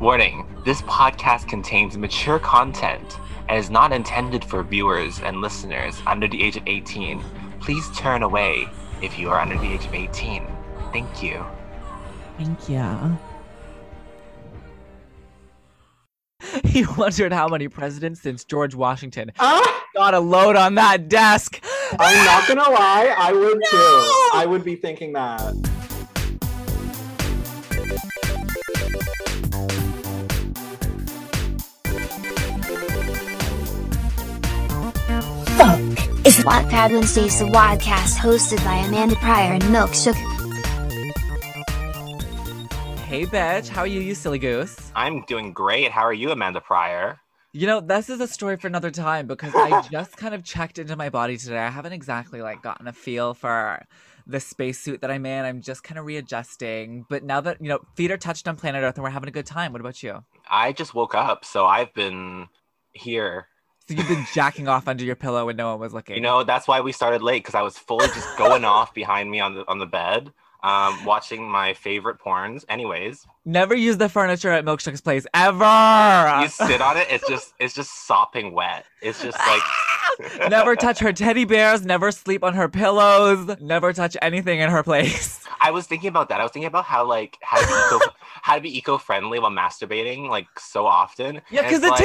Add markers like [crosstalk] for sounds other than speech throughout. Warning this podcast contains mature content and is not intended for viewers and listeners under the age of 18. Please turn away if you are under the age of 18. Thank you. Thank you. [laughs] He wondered how many presidents since [laughs] George Washington Ah, got a load on that desk. I'm not gonna lie, I would No! too. I would be thinking that. It's Wattpad Wednesdays, the Wadcast hosted by Amanda Pryor and Milk Sugar. Hey, bitch, how are you, you silly goose? I'm doing great. How are you, Amanda Pryor? You know, this is a story for another time [laughs] because I just kind of checked into my body today. I haven't exactly like gotten a feel for the spacesuit that I'm in. I'm just kind of readjusting. But now that you know, feet are touched on planet Earth and we're having a good time. What about you? I just woke up, so I've been here. So [laughs] you've been jacking off under your pillow when no one was looking. You know, that's why we started late because I was fully [laughs] just going off behind me on the on the bed, um, watching my favorite porns. Anyways, never use the furniture at Milkshake's place ever. [laughs] you sit on it, it's just it's just sopping wet. It's just like [laughs] never touch her teddy bears, never sleep on her pillows, never touch anything in [laughs] her place. I was thinking about that. I was thinking about how like how to be [laughs] eco how to be eco friendly while masturbating like so often. Yeah, And because it's the like-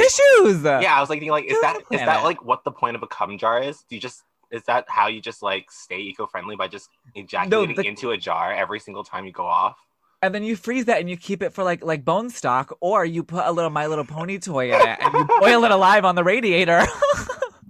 tissues. Yeah, I was like thinking like is Good that is that planet. like what the point of a cum jar is? Do you just is that how you just like stay eco friendly by just ejaculating the- into a jar every single time you go off? [laughs] And then you freeze that and you keep it for like like bone stock, or you put a little My Little Pony toy in it and [laughs] you boil it alive on the radiator, [laughs]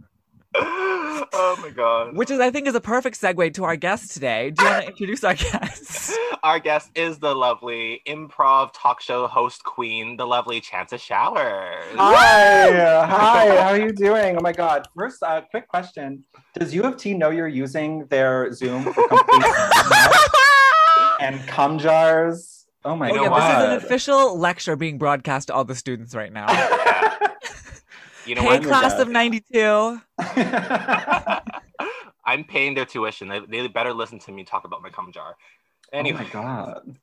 oh my god. which is I think is a perfect segue to our guest today. Do [laughs] you want to introduce our guest? Our guest is the lovely improv talk show host queen, the lovely Chances Showers. Hi, [laughs] Uh, hi, how are you doing? Oh my god. First, uh, quick question. Does U of T know you're using their Zoom for complete [laughs] and cum jars? Oh my You Oh, know yeah, this is an god. official lecture being broadcast to all the students right now. you know hey, what? I'm class dead. of '92. [laughs] I'm paying their tuition. They, they better listen to me talk about my cum jar. Anyway, Oh my god.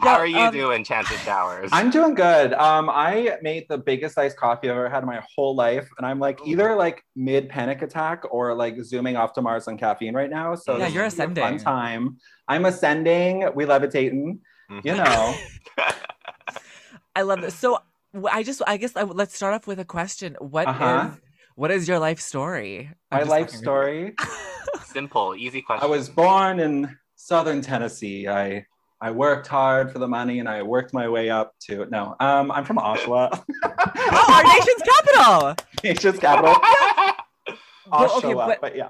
how Yeah, are you um, doing, Chances Showers? I'm doing good. Um, I made the biggest iced coffee I've ever had in my whole life, and I'm like either like mid panic attack or like zooming off to Mars on caffeine right now. So Yeah, this you're is gonna be a ascending. Fun time. I'm ascending. We levitating. Mhm. You [laughs] know. I love this. [clears throat] So w- I just, I guess, I, w- let's start off with a question. What is Uh-huh. what is your life story? I'm my just life fucking with story. Simple, easy question. I [laughs] was born in southern Tennessee. I I worked hard for the money and I worked my way up to no. Um, I'm from Oshawa, [laughs] you. [laughs] Oh, our nation's capital. nation's capital. Well, Oshawa, okay, but, but- yeah.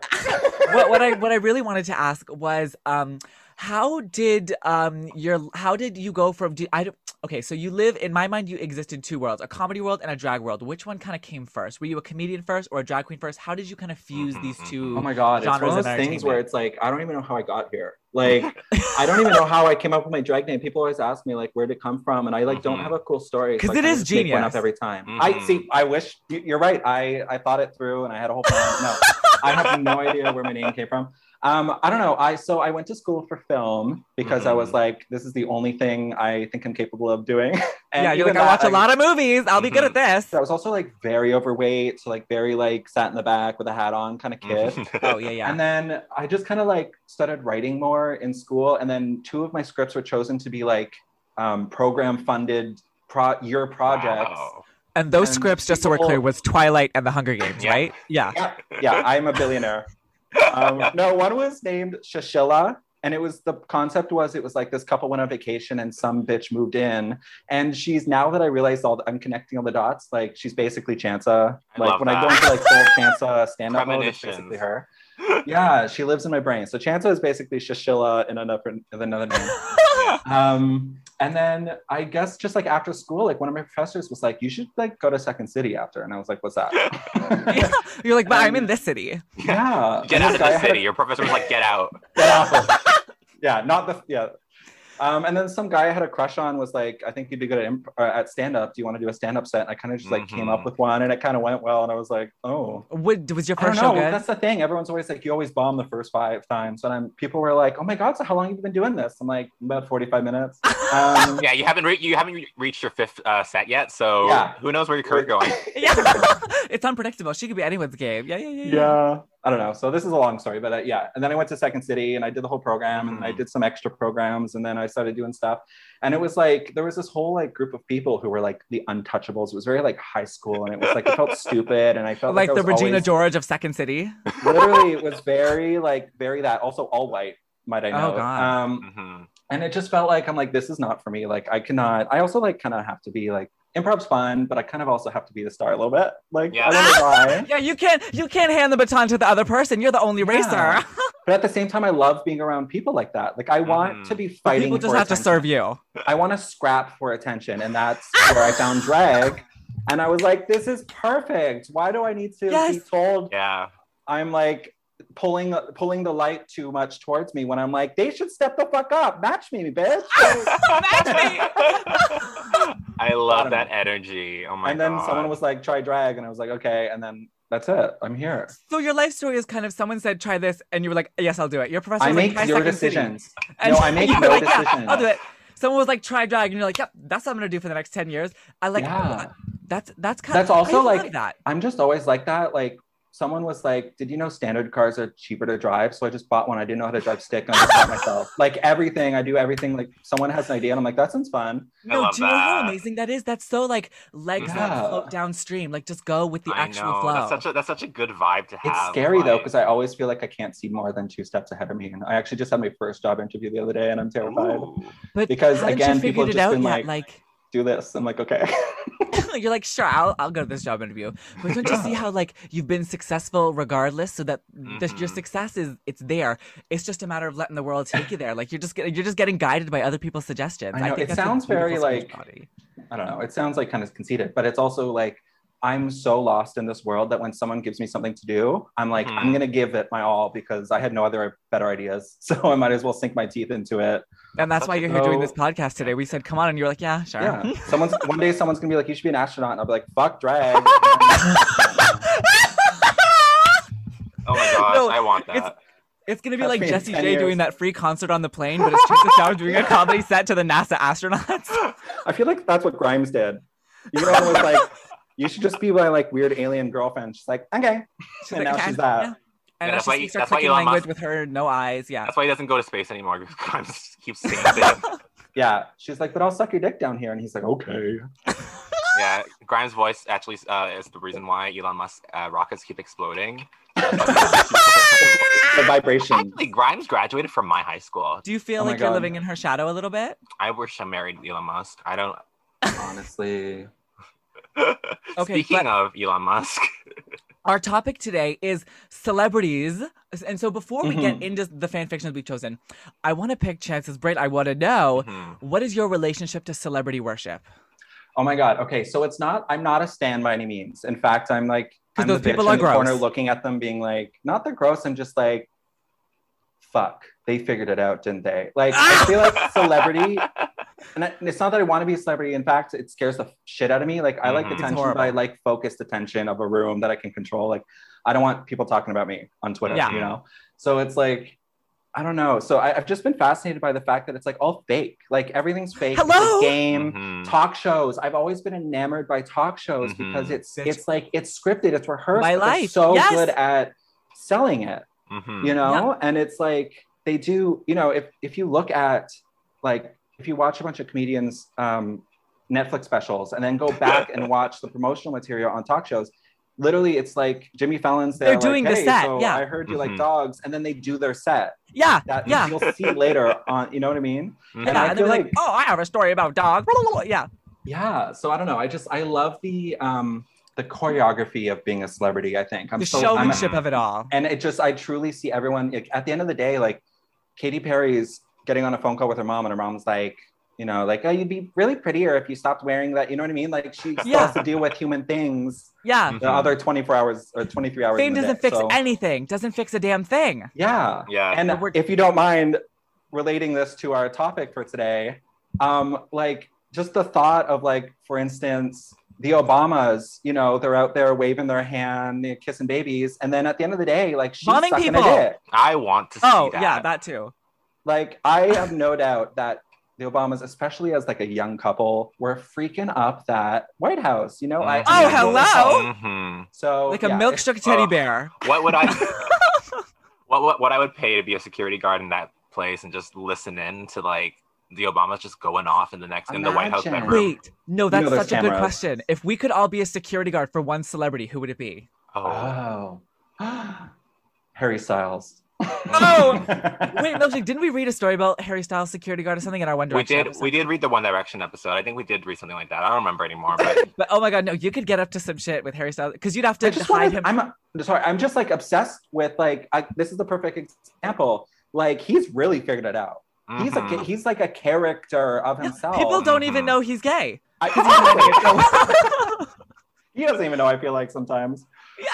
What, what I what I really wanted to ask was, um, how did um your how did you go from? Do, I don't- okay, so you live in my mind. You exist in two worlds: a comedy world and a drag world. Which one kind of came first? Were you a comedian first or a drag queen first? How did you kind of fuse Mhm, these mhm. two? Oh my god, it's one genres of of those things where entertainment. it's like I don't even know how I got here. Like I don't even know how I came up with my drag name. People always ask me like where did it come from, and I like don't Mhm. have a cool story. 'Cause like, it I is just make One genius. up every time. I Mhm. see. I wish you- you're right. I I thought it through and I had a whole plan. No, I have no idea where my name came from. Um, I don't know. I so I went to school for film because I was Mhm. like, this is the only thing I think I'm capable of doing. [laughs] And yeah, you're even like I watch that, Mm-hmm. a lot of movies. I'll be good at this. I was also like very overweight, so like very like sat in the back with a hat on kind of Mm-hmm. kid. Oh yeah, yeah. And then [laughs] I just kind of like started writing more in school. And then two of my scripts were chosen to be like um, program funded pro- year projects. [laughs] Wow. And those And scripts, just so we're people- clear, was Twilight and The Hunger Games, Yeah. right? Yeah. Yeah, I'm a billionaire. [laughs] Um, no, one was named Shashilla. And it was the concept was it was like this couple went on vacation and some bitch moved in. And she's now that I realized all the, I'm connecting all the dots, like she's basically Chansa. I Like love when I go that. into like full [laughs] Chansa stand up mode, it's Premonitions. basically her. Yeah, she lives in my brain. So Chansa is basically Shashilla in another in another name. um and then i guess just like after school like one of my professors was like you should like go to second city after and i was like what's that [laughs] [laughs] [laughs] You're like, but I'm in Um, this city. yeah Get And out this of guy the had a- [laughs] city. Your professor was like, get out. get out of- yeah not the yeah Um, and then some guy I had a crush on was like, I think you'd be good at imp- uh, at stand up. Do you want to do a stand up set? And I kind of just like came Mhm. up with one, and it kind of went well. And I was like, oh, Would, was your I don't first show know. good? That's the thing. Everyone's always like, you always bomb the first five times. And I'm, people were like, oh my god, so how long have you been doing this? I'm like, about forty five minutes. [laughs] Um, Yeah, you haven't re- you haven't re- reached your fifth uh, set yet, so Yeah. who knows where your career going? [laughs] yeah. [laughs] it's unpredictable. She could be anyone's game. Yeah, yeah, yeah. yeah i don't know so this is a long story but uh, yeah and then i went to second city and i did the whole program and i Mm-hmm. Mhm. did some extra programs and then i started doing stuff and it was like there was this whole like group of people who were like the untouchables it was very like high school and it was like it felt stupid and i felt Like like, I the was Regina always- George of Second City. literally it was very like very that also all white might i Oh, know God. um hmm and it just felt like i'm like this is not for me like i cannot i also like kind of have to be like improv's fun but i kind of also have to be the star a little bit like Yeah. i don't know why Yeah, you can't you can't hand the baton to the other person. You're the only Yeah. racer. [laughs] But at the same time, I love being around people like that. Like I want Mhm. to be fighting. People just for have to attention. serve you. I want to scrap for attention, and that's where I found drag. And I was like, this is perfect. Why do I need to be Yes. told Yeah, I'm like pulling pulling the light too much towards me when I'm like, they should step the fuck up, match me, [laughs] bitch. Oh [laughs] I I love don't know. that energy. Oh my and then god! someone was like, try drag, and I was like, okay. And then that's it. I'm here. So your life story is kind of someone said try this and you were like yes I'll do it. Your professor I was make like, try zero Second City." decisions. And No, [laughs] I make you were no like, "Yeah, decisions. I'll do it. Someone was like try drag and you're like yep that's what I'm gonna do for the next ten years. I like yeah. that's that's kind That's of I also, love like- that. I'm just always like that. Like someone was like, "Did you know standard cars are cheaper to drive?" So I just bought one. I didn't know how to drive stick. And I just bought myself. Like everything, I do everything. Like someone has an idea, and I'm like, "That sounds fun." No, love do you know how that. amazing that is? That's so like legs Yeah. that float downstream. Like just go with the I actual know. flow. That's such a that's such a good vibe to have. It's scary though like- because I always feel like I can't see more than two steps ahead of me. And I actually just had my first job interview the other day, and I'm terrified. Ooh. but because, haven't you again, figured people have it just out been yet? like- like Do this. I'm like, okay. [laughs] you're like, [laughs] sure, I'll, I'll go to this job interview. But don't you see how like you've been successful regardless, so that the, your Mhm. success is it's there. It's just a matter of letting the world take you there. Like you're just getting you're just getting guided by other people's suggestions. I know, think it that's a sounds very, beautiful like- spirituality. I don't know. It sounds like kind of conceited, but it's also like. I'm so lost in this world that when someone gives me something to do, I'm like, Mhm. I'm gonna give it my all because I had no other better ideas. [laughs] So I might as well sink my teeth into it. and that's such why a you're here doing low- this podcast today. We said, come on, and you're like, yeah, sure. Yeah. Someone's one day someone's gonna be like, you should be an astronaut. And I'll be like, fuck drag. And- Oh my gosh! No, I want it's- that. It's gonna be That's like me in Jesse 10 J doing years. that free concert on the plane, but it's Chris Dow doing a comedy set to the NASA astronauts. I feel like that's what Grimes did. You know, it was like, you should just be my like weird alien girlfriend. She's like, okay. She's [laughs] And like, now "Okay, she's that. yeah." And Yeah, now that's she why- speaks her that's why clicking Elon Musk- language with her no eyes. Yeah. That's why he doesn't go to space anymore because Grimes keeps saying [laughs] things. Yeah. She's like, but I'll suck your dick down here. And he's like, okay. Yeah, Grimes' voice actually uh, is the reason why Elon Musk uh, rockets keep exploding. The vibration. Actually, Grimes graduated from my high school. Do you feel Oh my like you're God. living in her shadow a little bit? I wish I married Elon Musk. I don't. Honestly. Okay, Speaking but- of Elon [laughs] Musk, Our topic today is celebrities. And so before we get Mhm. into the fan fictions we've chosen, I want to pick Chance's brain. I want to know hmm, what is your relationship to celebrity worship? Oh my God. Okay. So it's not, I'm not a stan by any means. In fact, I'm like, 'Cause I'm those the people bitch are in the corner gross. looking at them being like, not they're gross. I'm just like, fuck, they figured it out, didn't they? Like, [laughs] I feel like celebrity, and I- it's not that I want to be a celebrity. In fact, it scares the shit out of me. Like, I like Mhm. It's Mm-hmm. attention, horrible. but I like focused attention of a room that I can control. Like, I don't want people talking about me on Twitter, Yeah. you know? So it's like, I don't know. So I, I've just been fascinated by the fact that it's like all fake. Like everything's fake. It's a Hello? game mhm. talk shows. I've always been enamored by talk shows because Mhm. it's Bitch. it's like it's scripted, it's rehearsed. My but they're life. so Yes. good at selling it, Mhm. you know. And it's like they do. You know, if if you look at like if you watch a bunch of comedians um, Netflix specials and then go back and watch the promotional material on talk shows. Literally, it's like Jimmy Fallon's. there, They're like, doing the "Hey, set, So yeah. I heard you Mhm. like dogs, and then they do their set. Yeah. That Yeah. you'll see later on. You know what I mean? Mhm. And yeah. I And they're feel like, like- oh, I have a story about dog. Yeah. yeah so i don't know i just i love the um the choreography of being a celebrity i think i'm the so I'm, showmanship of it all. and it just i truly see everyone like, at the end of the day like Katy Perry's getting on a phone call with her mom and her mom's like you know like oh you'd be really prettier if you stopped wearing that you know what i mean like she still Yeah. has to deal with human things Yeah. Mhm. the other 24 hours or 23 hours Fame in the doesn't day, fix so- anything, doesn't fix a damn thing. yeah Yeah. and But we're- if you don't mind relating this to our topic for today, um, like just the thought of like, for instance, the Obamas, you know, they're out there waving their hand, they're kissing babies, and then at the end of the day, like she's Bombing sucking people. a dick. I want to see Oh, that. yeah, that too. Like I have no doubt that the Obamas, especially as like a young couple, were freaking up that White House. You know, I Oh, I feel the hello. same. Mhm. So Like a Oh, yeah, milk it's- shook teddy uh, bear. What [laughs] would I? what, what what I would pay to be a security guard in that place and just listen in to like the Obamas just going off in the next in the White House Imagine. bedroom. Wait, no, that's there's such a good cameras. question. If we could all be a security guard for one celebrity, who would it be? Uh, Oh, Oh, [gasps] Harry Styles. Oh! [laughs] Wait, Milkshake, didn't we read a story about Harry Styles security guard or something in our One we Direction did episode? we did read the One Direction episode. I think we did read something like that. I don't remember anymore. [laughs] But But oh my god, no, you could get up to some shit with Harry Styles because you'd have to I hide just wanted, him. I'm a- sorry. I'm just like obsessed with like I, this is the perfect example. Like he's really figured it out. He's a mhm. ca- he's like a character of himself. People don't even Mhm. Uh-huh. know he's [laughs] gay. I- 'cause he doesn't even [laughs] know- [laughs] he doesn't even know. I feel like sometimes Yeah.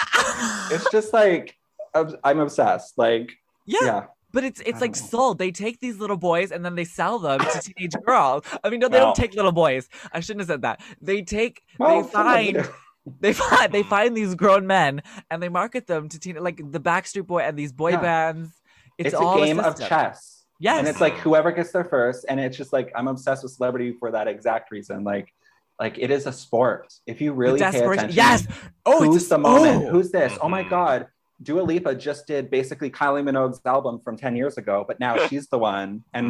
it's just like ob- I'm obsessed. Like yeah. yeah, But it's it's like Oh. sold. They take these little boys and then they sell them to [laughs] teenage girls. I mean, no, they Wow. don't take little boys. I shouldn't have said that. They take Well, they some of them find do. they [laughs] find they Mhm. find these grown men and they market them to teen like the Backstreet Boy and these boy Yeah. bands. It's, It's, a all game of system. chess. Yes. and it's like whoever gets there first and it's just like i'm obsessed with celebrity for that exact reason like like it is a sport if you The really pay desperation- Yes. attention Oh, who's it's a- the moment oh. who's this oh my Mhm. god Dua Lipa just did basically Kylie Minogue's album from 10 years ago, but now [laughs] she's the one. [laughs] And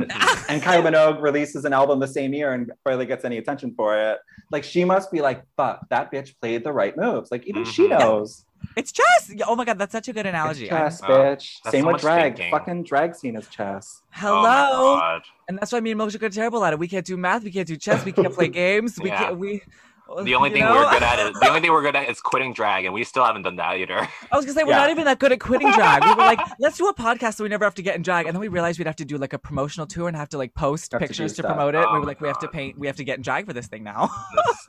and Kylie Minogue releases an album the same year and barely gets any attention for it. Like she must be like, fuck, that bitch played the right moves. Like even she Mhm. Yeah. knows. [laughs] It's chess. Yeah, Oh my god, that's such a good It's analogy. I'm- chess, Wow. bitch. That's Same so with much drag. thinking. Fucking drag scene is chess. Oh my Hello. God. and that's why me and Milkshake are terrible at it. We can't do math. We can't do chess. We can't [laughs] play games. We Yeah. can't. We. The only you thing know? we're good at is the only thing we're good at is quitting drag, and we still haven't done that either. [laughs] I was gonna say we're Yeah. not even that good at quitting drag. We were like, let's do a podcast so we never have to get in drag, and then we realized we'd have to do like a promotional tour and have to like post Have to do pictures to, stuff. promote it. Oh we were my like, we have to God. paint. We have to get in drag for this thing now.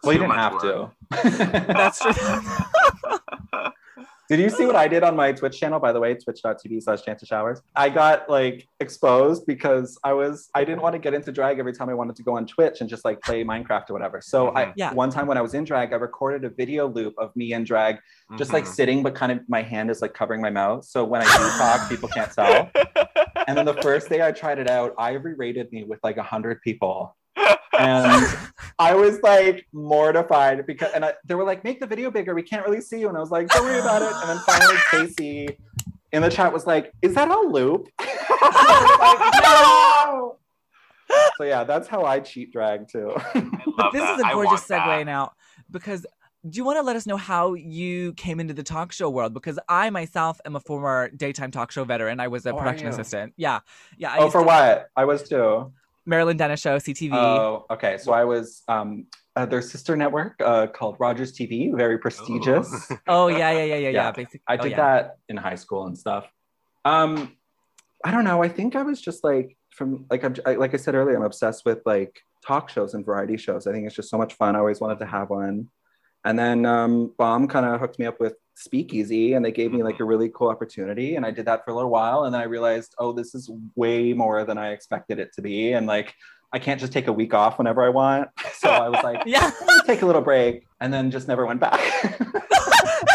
Well, you didn't have to. [laughs] that's [laughs] true. Did you see what I did on my Twitch channel, by the way, twitch.tv slash chance of showers? I got like exposed because I was, I didn't want to get into drag every time I wanted to go on Twitch and just like play Minecraft or whatever. So I, Mhm. Yeah. one time when I was in drag, I recorded a video loop of me in drag, Mm-hmm. just like sitting, but kind of my hand is like covering my mouth. So when I do talk, people can't tell. And then the first day I tried it out, Ivory rated me with like 100 people. And I was like mortified because, and I, they were like, make the video bigger. We can't really see you. And I was like, don't worry about it. And then finally, Casey in the chat was like, is that on loop? [laughs] I was like, no. So yeah, that's how I cheat drag too. But this is a gorgeous segue now because do you want to let us know how you came into the talk show world? Because I myself am a former daytime talk show veteran. I was a Oh, are production you? assistant. Yeah, yeah. I oh, used for to- what? I was too. Marilyn Dennis show, CTV. Oh, okay. So I was um, uh, their sister network uh, called Rogers TV, very prestigious. oh yeah, yeah, yeah, yeah, yeah. Yeah, Basically, I oh, did yeah. that in high school and stuff. Um, I don't know. I think I was just like from like I'm I, like I said earlier, I'm obsessed with like talk shows and variety shows. I think it's just so much fun. I always wanted to have one. And then um, Bomb kind of hooked me up with Speakeasy, and they gave me like a really cool opportunity. And I did that for a little while, and then I realized, oh, this is way more than I expected it to be. And like, I can't just take a week off whenever I want. [laughs] So I was like, [laughs] Yeah. [laughs] take a little break, and then just never went back. [laughs]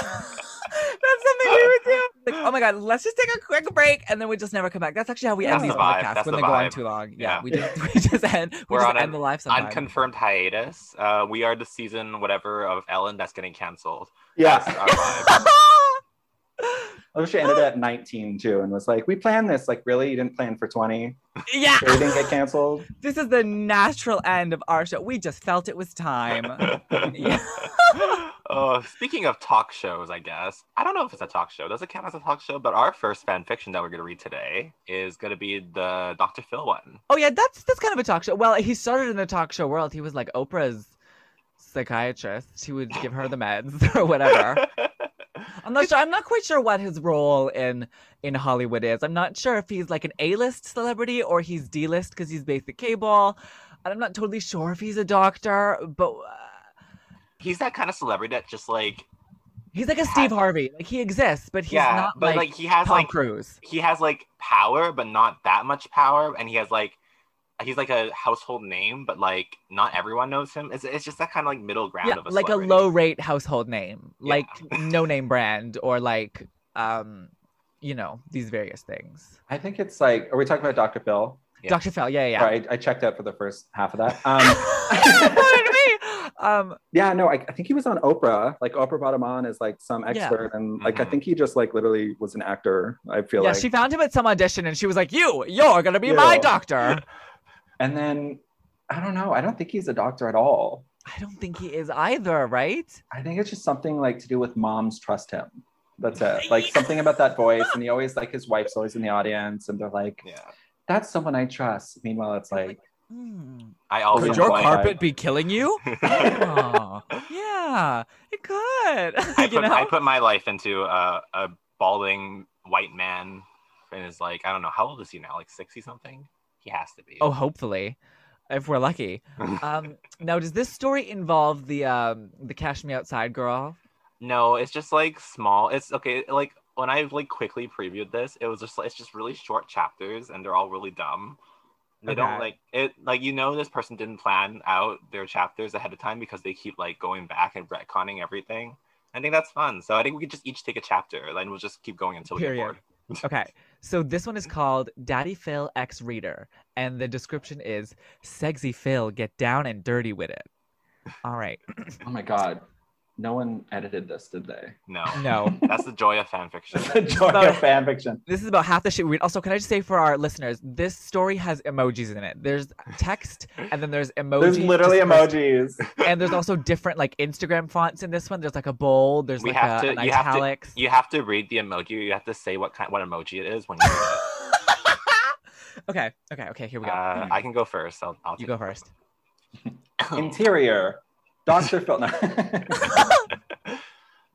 That's something we would do. Like, oh my god, let's just take a quick break and then we just never come back. That's actually how we That's end these the vibe. podcasts That's when the they go on vibe. too long. Yeah, Yeah. we just [laughs] we just end. We We're just on end an the live sometimes. Unconfirmed hiatus. Uh, we are the season whatever of Ellen that's getting canceled. That's yeah. our [laughs] vibe. I wish I ended at 19 too and was like, we planned this. Like, really? You didn't plan for 20? [laughs] [laughs] yeah, Sure, you didn't get canceled? this is the natural end of our show. We just felt it [laughs] was time. yeah. Uh, speaking of talk shows, I guess I don't know if it's a talk show. Does it count as a talk show? But our first fan fiction that we're gonna read today is gonna be the Dr. Phil one. [laughs] Oh yeah, that's that's kind of a talk show. Well, he started in the talk show world. He was like Oprah's psychiatrist. He would give her the meds [laughs] or whatever. I'm not sure. I'm not quite sure what his role in in Hollywood is. I'm not sure if he's like an A-list celebrity or he's D-list because he's basic cable. And I'm not totally sure if he's a doctor, but uh, He's that kind of celebrity that just like He's like a Steve Harvey. Like he exists, but he's yeah, not but like, like, he has Tom like Cruise. he has like power, but not that much power, and he has like he's like a household name, but like not everyone knows him. It's, it's just that kind of like middle ground Yeah, of a like a celebrity. low rate household name, Yeah. like no name brand, or like um, you know, these various things. I think it's like, are we talking about Dr. Phil? Yeah. Dr. Phil, yeah, yeah. yeah. Sorry, I, I checked out for the first half of that. Um, [laughs] [laughs] Pardon me. Um, yeah, no, I, I think he was on Oprah. Like Oprah brought him on as like some expert, and like I Mhm. think he just like literally was an actor. I feel Mm-hmm. yeah, like. she found him at some audition, and she was like, "You, you're gonna be my Yeah. [laughs] doctor." and then I don't know. I don't think he's a doctor at all. I don't think he is either, right? I think it's just something like to do with moms trust him. That's it. Like something about that voice, and he always like his wife's always in the audience, and they're like, Yeah, "That's someone I trust." Meanwhile, it's like, Hmm. I also Could yeah. your Like- carpet be killing [laughs] you? I Aw, yeah, it could. [laughs] put you know? I put my life into a, a balding white man, and is like I don't know how old is he now? Like sixty something? He has to be. Oh, hopefully, if we're [laughs] lucky. Um, now, does this story involve the um, the Cash Me Outside girl? No, it's just like small. It's okay. Like when I like quickly previewed this, it was just like it's just really short chapters, and they're all really dumb. They Okay. don't like it. Like you know, this person didn't plan out their chapters ahead of time because they keep like going back and retconning everything. I think that's fun. So I think we could just each take a chapter, and we'll just keep going until we get Period. bored. Okay, so this one is called Daddy Phil X Reader, and the description is "Sexy Phil, get down and dirty with it." All right, "Oh my god, no one edited this, did they?" [laughs] No, [laughs] no. that's the joy of fan fiction. [laughs] [laughs] the joy of fan fiction. This is about half the shit we read. Also, can I just say for our listeners, this story has emojis in it. There's text, and then there's emojis. There's literally dispersed emojis. and there's also different like Instagram fonts in this one. There's like a bold. There's We like have a, to- an you have to- italics. You have to read the emoji. You have to say what kind, what emoji it is when [laughs] you. Read okay, okay, okay. Here we it. go. Uh, I can go first. I'll, I'll Hmm. you take go it. first. Interior, Dr. Phil. [laughs] No.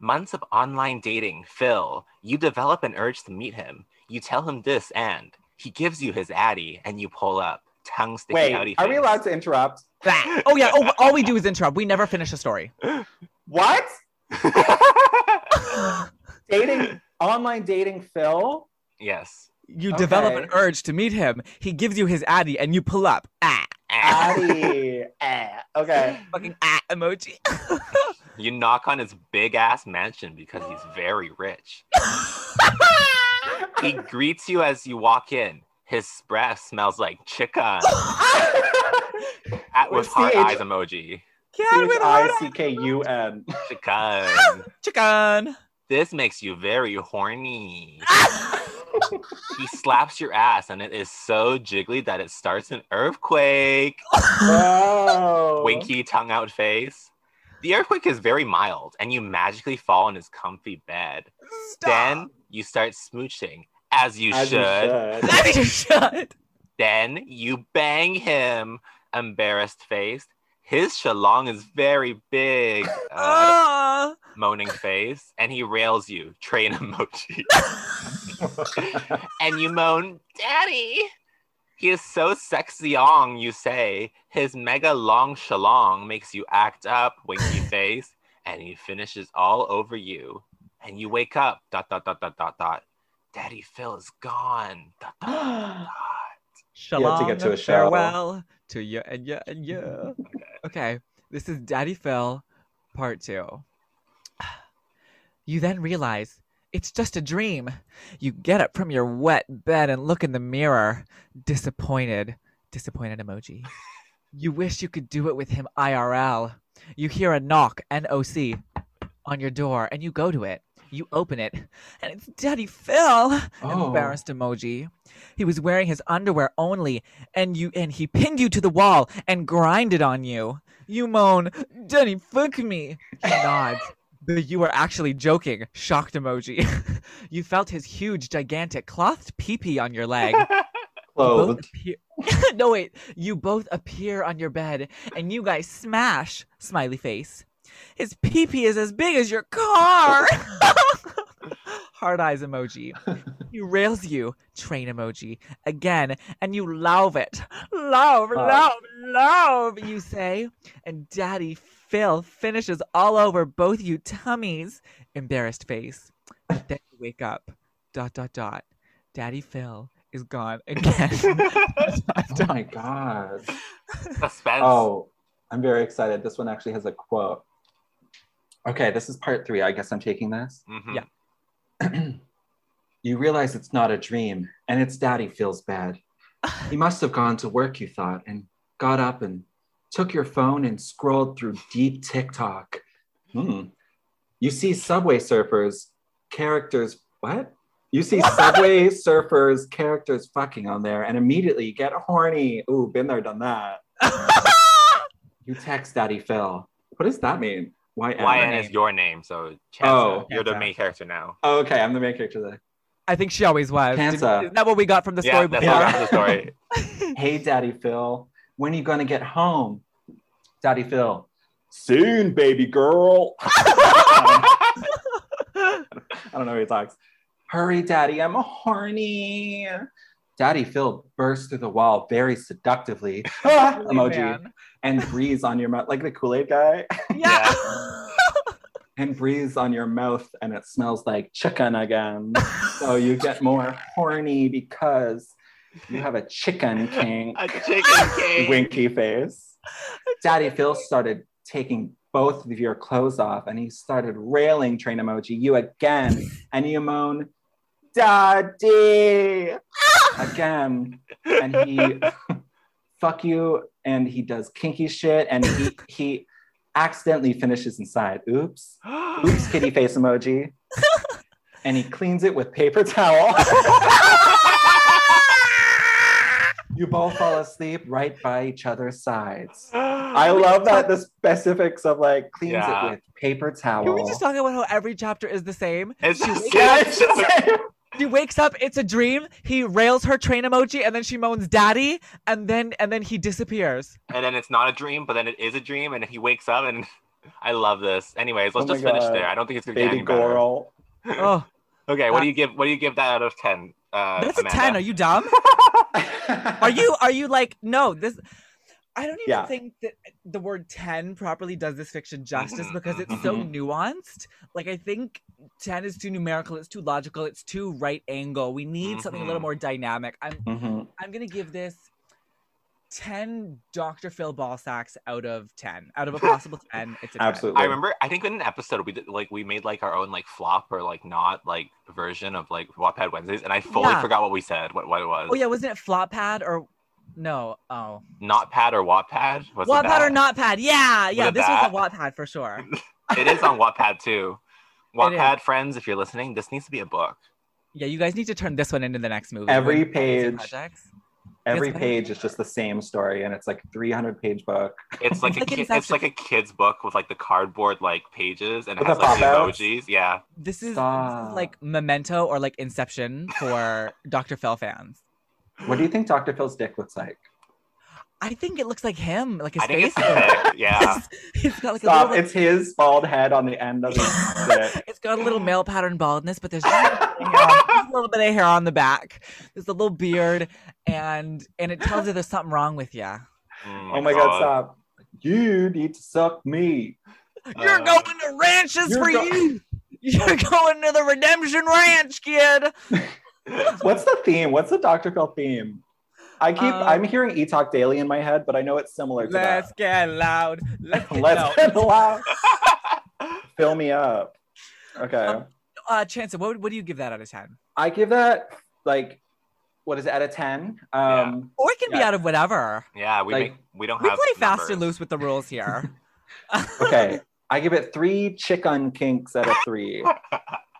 Months of online dating, Phil. You develop an urge to meet him. You tell him this, and he gives you his addy, and you pull up, tongue sticking Wait, outy. are we allowed to interrupt? [laughs] That. Oh yeah. Oh, all we do is interrupt. We never finish a story. [laughs] What? [laughs] to? Dating, online dating Phil? yes. You develop Okay. an urge to meet him. He gives you his addy, and you pull up. Ah, Addy. Eh, [gasps] Okay. fucking ah emoji. [laughs] You knock on his big ass mansion because he's very rich. [laughs] He greets you as you walk in. His breath smells like [laughs] chicken. At with With heart CH. eyes emoji. Yeah, with heart eyes. C-H-I-C-K-U-N. Chicken. Chicken. [laughs] This makes you very [laughs] horny. he slaps your ass and it is so jiggly that it starts an earthquake. Wow. Winky tongue out face. The earthquake is very mild and you magically fall in his comfy bed. Then Stop. you start smooching as you As you should. should. Then you should. Then you bang him, embarrassed face. His shalong is very [laughs] big, uh, Ah. moaning face, and he rails you, train emoji. and you moan, Daddy! He is so sexy on, you say. His mega long shalong makes you act up, [laughs] winky face, and he finishes all over you. And you wake up, dot, dot, dot, dot, dot, dot. Daddy Phil is gone, dot, [laughs] dot, dot, Oh, dot. Shalom. to get to and a shower. Farewell to you and you and [laughs] you. okay, this is Daddy Phil, part two. You then realize it's just a dream. You get up from your wet bed and look in the mirror, disappointed. Disappointed emoji. You wish you could do it with him IRL. You hear a knock, NOC, on your door, and you go to it. You open it, and it's Daddy Phil Oh. embarrassed emoji. He was wearing his underwear only, and you and he pinned you to the wall and grinded on you. You moan, Daddy, fuck me. He nods, but you were actually joking. Shocked emoji. [laughs] you felt his huge, gigantic clothed peepee on your leg. Both Clothed. appear- [laughs] no wait, you both appear on your bed, and you guys smash. Smiley face. His peepee is as big as your car. Hard eyes emoji. He rails you, train emoji, again, and you love it. Love, Love. love, love, you say. And daddy Phil finishes all over both you tummies. Embarrassed face. But then you wake up. Dot dot dot. Daddy Phil is gone again. oh my god. Suspense. Oh, I'm very excited. This one actually has a quote. Okay, this is part three. I guess I'm taking this. Mhm. yeah. You realize it's not a dream, and it's daddy feels bad. He must have gone to work, you thought, and got up and took your phone and scrolled through deep TikTok. Hmm. You see Subway Surfers characters, what? You see Subway Surfers characters fucking on there and immediately you get horny. Ooh, been there, done that. You text Daddy Phil. What does that mean? Why? YN am I- is your name, so Chansa, Oh. you're the Chansa. main character now. Oh, okay, I'm the main character there. I think she always was. Did- Cancer. Isn't that what we got from the yeah, story that's before? all that's the [laughs] story. Hey, Daddy Phil, when are you going to get home? Daddy Phil, soon, baby girl. I don't know how he talks. Hurry, Daddy, I'm horny. Daddy Phil bursts through the wall very seductively. Ah, Holy [laughs] emoji. man. And breathes on your mouth, like the Kool Aid guy, [laughs] Yeah. and breathes on your mouth, and it smells like chicken again. so you get more horny because you have a chicken kink. A chicken cake. [gasps] winky face. Daddy Phil started taking both of your clothes off and he started railing train emoji you again and you moan daddy again and he [laughs] fuck you and he does kinky shit and he he accidentally finishes inside oops oops kitty face emoji and he cleans it with paper towel [laughs] [laughs] you both fall asleep right by each other's sides [laughs] I love that the specifics of like cleans Yeah. it with paper towel. Can we just talk about how every chapter is the same? It's [laughs] just, Yeah, it's just- She wakes up, it's a dream. He rails her train emoji, and then she moans "daddy," and then and then he disappears. and then it's not a dream, but then it is a dream, and he wakes up, and [laughs] I love this. Anyways, let's Oh my just finish God. there. I don't think it's gonna get baby any better. girl. Oh, Okay, what do you give? What do you give that out of ten? Uh, that's Amanda? a ten. Are you dumb? Are you are you like no? This I don't even Yeah. think that the word ten properly does this fiction justice Mhm, because it's so mhm. nuanced. Like I think ten is too numerical. It's too logical. It's too right angle. We need something a little Mhm. more dynamic. I'm Mhm. I'm gonna give this ten Dr. Phil ball sacks out of ten. Out of a possible ten, it's a 10. Absolutely. I remember. I think in an episode we did like we made like our own like flop or like not like version of like Wattpad Wednesdays, and I fully Yeah. forgot what we said. What what it was? Oh yeah, wasn't it flop pad or no? Oh, Not pad or Wattpad? Was it Wattpad that? or not pad? Yeah, yeah. it This that? was a Wattpad for sure. It is on Wattpad too. [laughs] It is. Wattpad friends, if you're listening, this needs to be a book. Yeah, you guys need to turn this one into the next movie. Every When- page. projects. Every It's better. page is just the same story, and it's like 300 page book. It's [laughs] like a Like ki- it's Inception. like a kid's book with like the cardboard like pages and it With has the like the pop-outs? emojis. Yeah, This is, this is Stop. like Memento or like Inception for [laughs] Dr. Phil fans. What do you think Dr. Phil's dick looks like? I think it looks like him, like his I think face. it's thick. Yeah, [laughs] it's got like a Stop! little. Uh, It's his bald head on the end of [laughs] his dick. it's got a little male pattern baldness, [laughs] but there's just a little, bit of hair on, just a little bit of hair on the back. There's a little beard, and and it tells you there's something wrong with you. Mm, Oh my god! Stop! You need to suck me. You're Uh, going to ranches you're for go- you. [laughs] You're going to the Redemption Ranch, kid. What's the theme? What's the Dr. Phil theme? I keep Um, I'm hearing E Talk Daily in my head, but I know it's similar to Let's that. get loud. Let's get loud. Let's get [laughs] loud. Fill me up. Okay. Um, Uh, Chance, what would- what do you give that out of ten? I give that like what is it out of 10? Um Or it can be Yeah. out of whatever. Yeah, we Like, make we don't We have play fast or numbers. loose with the rules [laughs] here. [laughs] okay. I give it three chicken kinks out of three.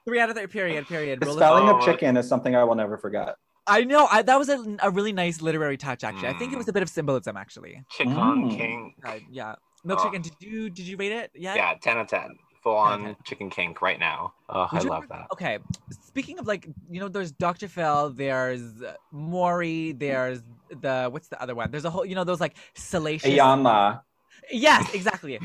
Three out of three. Period. Period. The Rule of- spelling of Oh. chicken is something I will never forget. I know. I, that was a, a really nice literary touch. Actually, I think Mm. it Hmm. was a bit of symbolism. Actually. Chicken Mm. King. Uh, yeah. Milk Oh. chicken. Did you did you rate it? Yeah. Yeah, ten out of ten. Full on 10. chicken kink right now. Oh, I Would you love ever- that. Okay. Speaking of like, you know, there's Dr. Phil, there's uh, Maury, there's the what's the other one? There's a whole, you know, those like salacious. Ayanla, [laughs] Yes, exactly.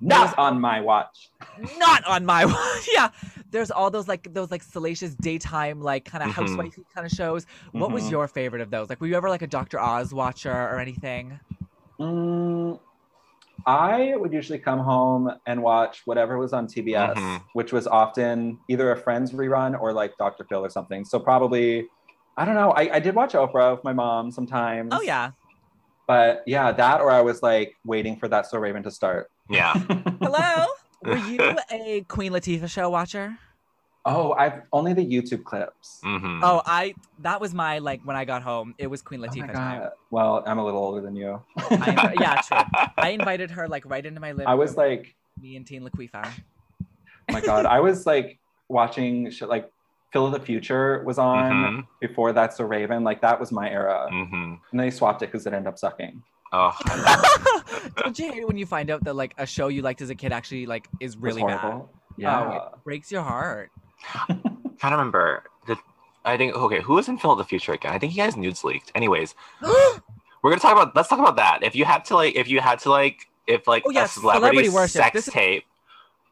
not on my watch. not on my [laughs] watch. yeah. There's all those like those like salacious daytime like kind of Mhm. housewifey kind of shows. What was Mm-hmm. Mhm. your favorite of those? Like were you ever like a Dr. Oz watcher or anything? Mm, I would usually come home and watch whatever was on Mhm. TBS, Mm-hmm. which was often either a Friends rerun or like Dr. Phil or something. So probably, I don't know. I, I did watch Oprah with my mom sometimes. Oh yeah. But yeah, that or I was like waiting for that So Raven to start. [laughs] Yeah. Hello. Were [laughs] you a Queen Latifah show watcher? Oh, I've only the YouTube clips. hmm Oh, I that was my like when I got home. It was Queen Mm-hmm. Oh my Latifah time. God. Well, I'm a little older than you. I, [laughs] yeah, true. I invited her like right into my living. I was room, like oh me and Teen [laughs] Laquifa. my god i was like watching shit like phil of the future was on Mm-hmm. Mhm. before that's a raven like that was my era hmm and they swapped it because it ended up sucking Oh, Don't you hate it when you find out that like a show you liked as a kid actually like is It was really bad? horrible. yeah Oh, it breaks your [gasps] heart. [gasps] trying to remember. The, I think okay, who was in Phil of the Future again? I think you guys nudes leaked. Anyways, we're gonna talk about. Let's talk about that. If you had to like, if you had to like, if like Oh, yeah, a celebrity, celebrity worship. sex This is- tape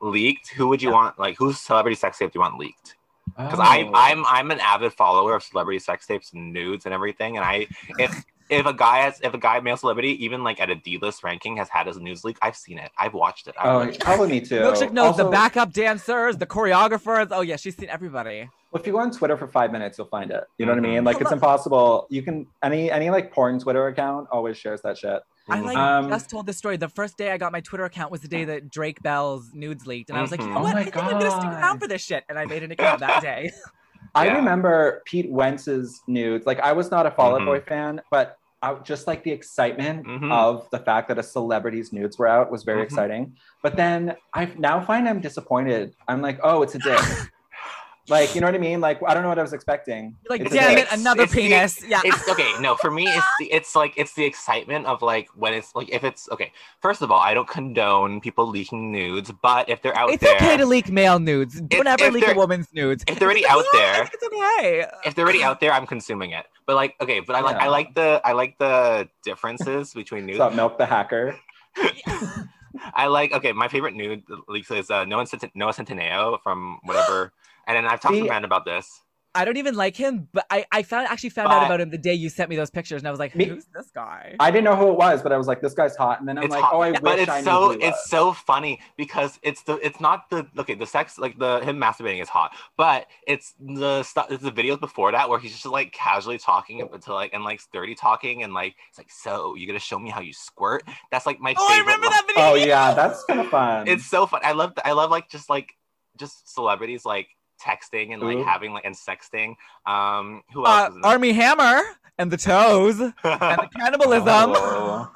leaked, who would you want? Like, whose celebrity sex tape do you want leaked? Because Oh. I I'm I'm an avid follower of celebrity sex tapes and nudes and everything. And I if if a guy has if a guy male celebrity even like at a D list ranking has had his news leak, I've seen it. I've watched it. I've oh looked- probably me too Milkshake knows the Also, backup dancers, the choreographers. Oh yeah, she's seen everybody. if you go on twitter for five minutes you'll find it you know what i mean like it's Hello. impossible you can any any like porn twitter account always shares that shit I like Um, just told this story. The first day I got my Twitter account was the day that Drake Bell's nudes leaked, and I was like, you Mhm. know Oh what? my I think I'm gonna stick God. around for this shit, and I made an account that day. [laughs] I Yeah. remember Pete Wentz's nudes. Like I was not a Fall Out Mhm. Boy fan, but I, just like the excitement Mhm. of the fact that a celebrity's nudes were out was very Mhm. exciting. But then I now find I'm disappointed. I'm like, oh, it's a dick. like you know what I mean? Like I don't know what I was expecting. You're like, It's a damn it, dick. another It's the- penis. yeah. it's okay no for me it's the it's like it's the excitement of like when it's like if it's okay first of all i don't condone people leaking nudes but if they're out It's there okay to leak male nudes. Don't ever if leak a they're- woman's nudes. if they're already It's out okay. I there- think it's okay. if they're already out there i'm consuming it but like okay but i like Yeah. i like the i like the differences between nudes What's up, Milk the Hacker? i like okay my favorite nude leaks is uh noah, Centen- noah centineo from whatever and then i've talked to See- Amanda about this I don't even like him, but I, I found actually found out But- about him the day you sent me those pictures, and I was like, Me- who's this guy? I didn't know who it was, but I was like, this guy's hot. And then I'm it's like, hot, oh, I wish but I it's knew so who he was. it's so funny because it's the it's not the okay the sex like the him masturbating is hot, but it's the stuff it's the videos before that where he's just like casually talking to like and like dirty talking and like it's like so you gonna show me how you squirt? That's like my oh, favorite. I remember line. that video. Oh yeah, that's kind of fun. It's so fun. I love I love like just like just celebrities like texting and like Ooh. having like and sexting. Um, who Uh, else? was in Army Hammer and the toes and [laughs] the cannibalism. [laughs] Oh.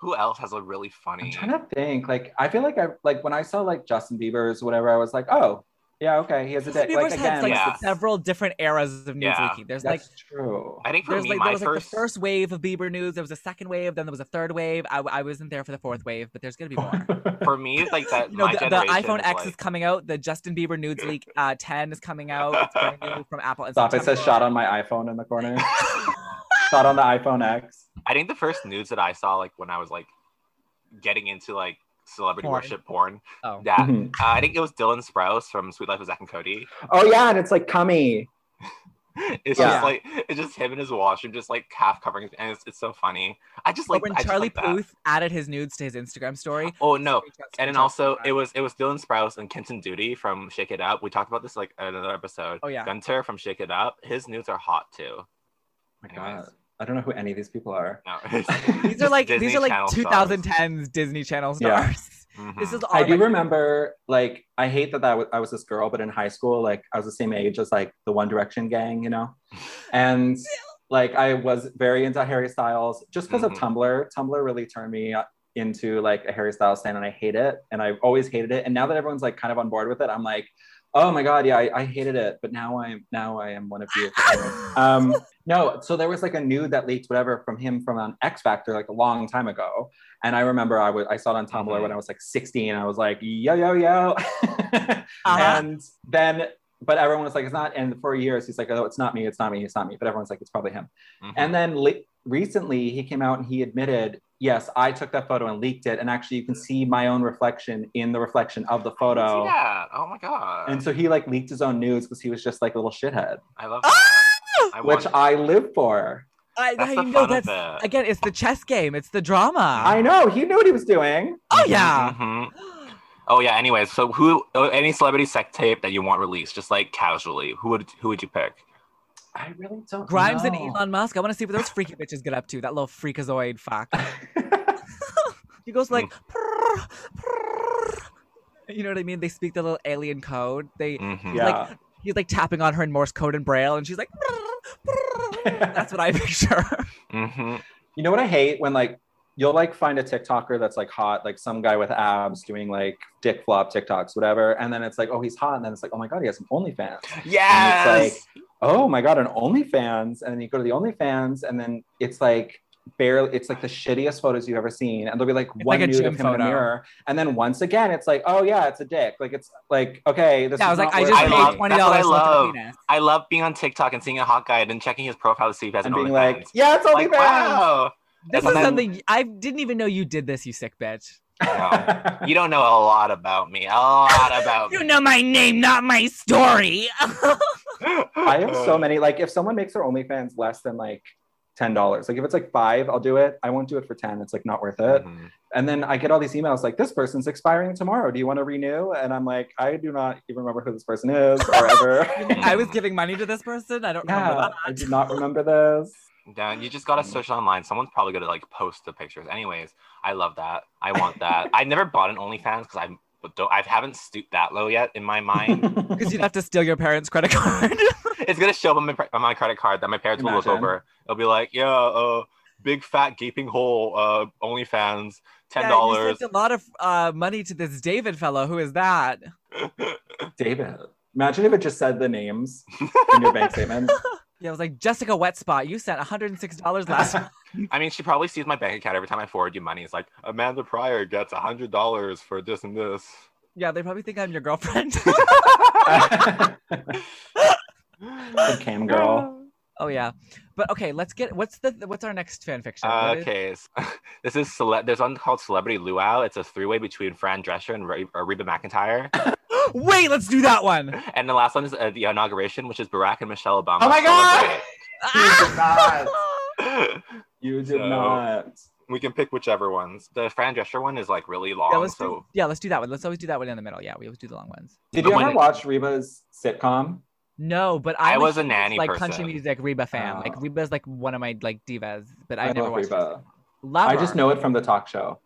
who else has a really I'm funny? trying to think. Like, I feel like I like when I saw like Justin Bieber's or whatever, I was like, oh, yeah, okay, he has a dick. Bieber's Like had, again, like Yeah. several different eras of news Yeah. leaking. There's that's like true. I think for there's me, like my there was first. like the first wave of Bieber news. There was a second wave, then there was a third wave. I, I wasn't there for the fourth wave, but there's gonna be more. for me, it's like that. [laughs] you know, my the, the generation iPhone is X like, is coming out. The Justin Bieber nudes leak [laughs] uh, 10 is coming out. It's brand new from Apple. in Stop! It says September. "shot on my iPhone" in the [laughs] corner. shot on the iPhone X. I think the first nudes that I saw, like when I was like getting into like celebrity Porn. worship porn, Oh. yeah, uh, Mm-hmm. Mhm. I think it was Dylan Sprouse from Sweet Life of Zach and Cody. [laughs] Oh yeah, and it's like cummy. It's Yeah. just like it's just him in his washroom, just like half covering, and it's, it's so funny. I just But like when I just Charlie like that. Puth added his nudes to his Instagram story. Oh no. screenshots- And then screenshots- also it was it was Dylan Sprouse and Kenton Duty from Shake It Up. We talked about this like in another episode. Oh, yeah. Gunter from Shake It Up. His nudes are hot too. Oh my God, I don't know who any of these people are. No, [laughs] [laughs] Mm-hmm, These are like these are like 2010s Disney Channel Yeah. stars. Hmm. This is all I do like- remember, like, I hate that, that was, I was this girl, but in high school, like, I was the same age as like the One Direction gang, you know, and like I was very into Harry Styles just because Mhm. of Tumblr. Tumblr really turned me uh, into like a Harry Styles fan, and I hate it, and I've always hated it. And now that everyone's like kind of on board with it, I'm like, oh my god, yeah, I, I hated it, but now I'm now I am one of you. um, no, so there was like a nude that leaked whatever from him from on X Factor like a long time ago, and I remember I was I saw it on Tumblr Mhm. when I was like 16. And I was like, yo yo yo, [laughs] Uh-huh. and then. But everyone was like, it's not. And for years, he's like, oh, it's not me, it's not me, it's not me. But everyone's like, it's probably him. And And then le- recently, he came out and he admitted, yes, I took that photo and leaked it. And actually, you can see my own reflection in the reflection of the photo. Yeah. Oh my god. And so he like leaked his own news because he was just like a little shithead, I love that. I Ah! which want, I live for. I, That's I the know fun that's of it. again. It's the chess game. It's the drama. I know he knew what he was doing. oh yeah. Mhm. Oh yeah. Anyways, so who? oh, Any celebrity sex tape that you want released, just like casually, who would who would you pick? I really don't. Grimes and know. Elon Musk. I want to see what those freaky bitches get up to. That little freakazoid fuck. [laughs] She goes like, "Prrr, prrr." you know what I mean? They speak the little alien code. They Mhm. yeah. like he's like tapping on her in Morse code and Braille, and she's like, "Prrr, prrr." that's what I [laughs] picture. Mhm. You know what I hate when like you'll like find a TikToker that's like hot, like some guy with abs doing like dick flop TikToks, whatever, and then it's like, oh, he's hot, and then it's like, oh my god, he has some OnlyFans. Yes. Oh my god, an OnlyFans, and then you go to the OnlyFans, and then it's like barely, it's like the shittiest photos you've ever seen, and they'll be like like one a nude gym of him in photo. a mirror, and then once again, it's like, oh yeah, it's a dick. Like it's like okay, this. yeah, I is was like, not I worth just I it. love- paid that's what twenty dollars I for a love. penis. I love being on TikTok and seeing a hot guy and then checking his profile to see if he has and an being OnlyFans. like, yeah, it's OnlyFans. like wow. This And is then- something I didn't even know you did. This you sick bitch. No. You don't know a lot about me. A lot about me. know my name, not my story. [laughs] I have Uh. so many. Like, if someone makes their OnlyFans less than like ten dollars, like if it's like five, I'll do it. I won't do it for ten. It's like not worth it. Mhm. And then I get all these emails like, "This person's expiring tomorrow. Do you want to renew?" And I'm like, I do not even remember who this person is [laughs] or ever. [laughs] I was giving money to this person. I don't remember yeah, that. Uh, I do not remember this. Yeah, Mm-hmm. you just gotta search it online. Someone's probably gonna like post the pictures. Anyways, I love that. I want that. I never bought an OnlyFans because I don't. I haven't stooped that low yet in my mind. [laughs] Because you'd have to steal your parents' credit card. it's gonna show up on my, on my credit card that my parents will look Imagine. over. They'll be like, "Yeah, uh, big fat gaping hole. Uh, OnlyFans, ten Yeah, you dollars." sent a lot of uh, money to this David fellow. Who is that? David. Imagine if it just said the names in your bank statement. [laughs] Yeah, it was like Jessica Wet Spot. You sent $106 [laughs] last month. I mean, she probably sees my bank account every time I forward you money. It's like Amanda Pryor gets hundred dollars for this and this. Yeah, they probably think I'm your [laughs] girlfriend. Good cam [laughs] girl. oh yeah, but okay, let's get what's the what's our next fan fiction? What is- Uh, okay, so, [laughs] this is cele- there's one called Celebrity Luau. It's a three-way between Fran Drescher and Re- uh, Reba [laughs] McIntyre. [gasps] Wait, let's do that one. and the last one is uh, the inauguration, which is Barack and Michelle Obama. Oh my god! You did not. Celebrate. You did So- not. [laughs] we can pick whichever ones. The Fran Drescher one is like really long, [laughs] yeah, let's so do, yeah, let's do that one. Let's always do that one in the middle. Yeah, we always do the long ones. Did The you ever one- watch Reba's sitcom? No, but I I'm was a huge, nanny like country person. [laughs] music Reba fan. like Oh. Reba's like one of my like divas, but I, I never love watched. Reba. Love I her. just know it from the talk show.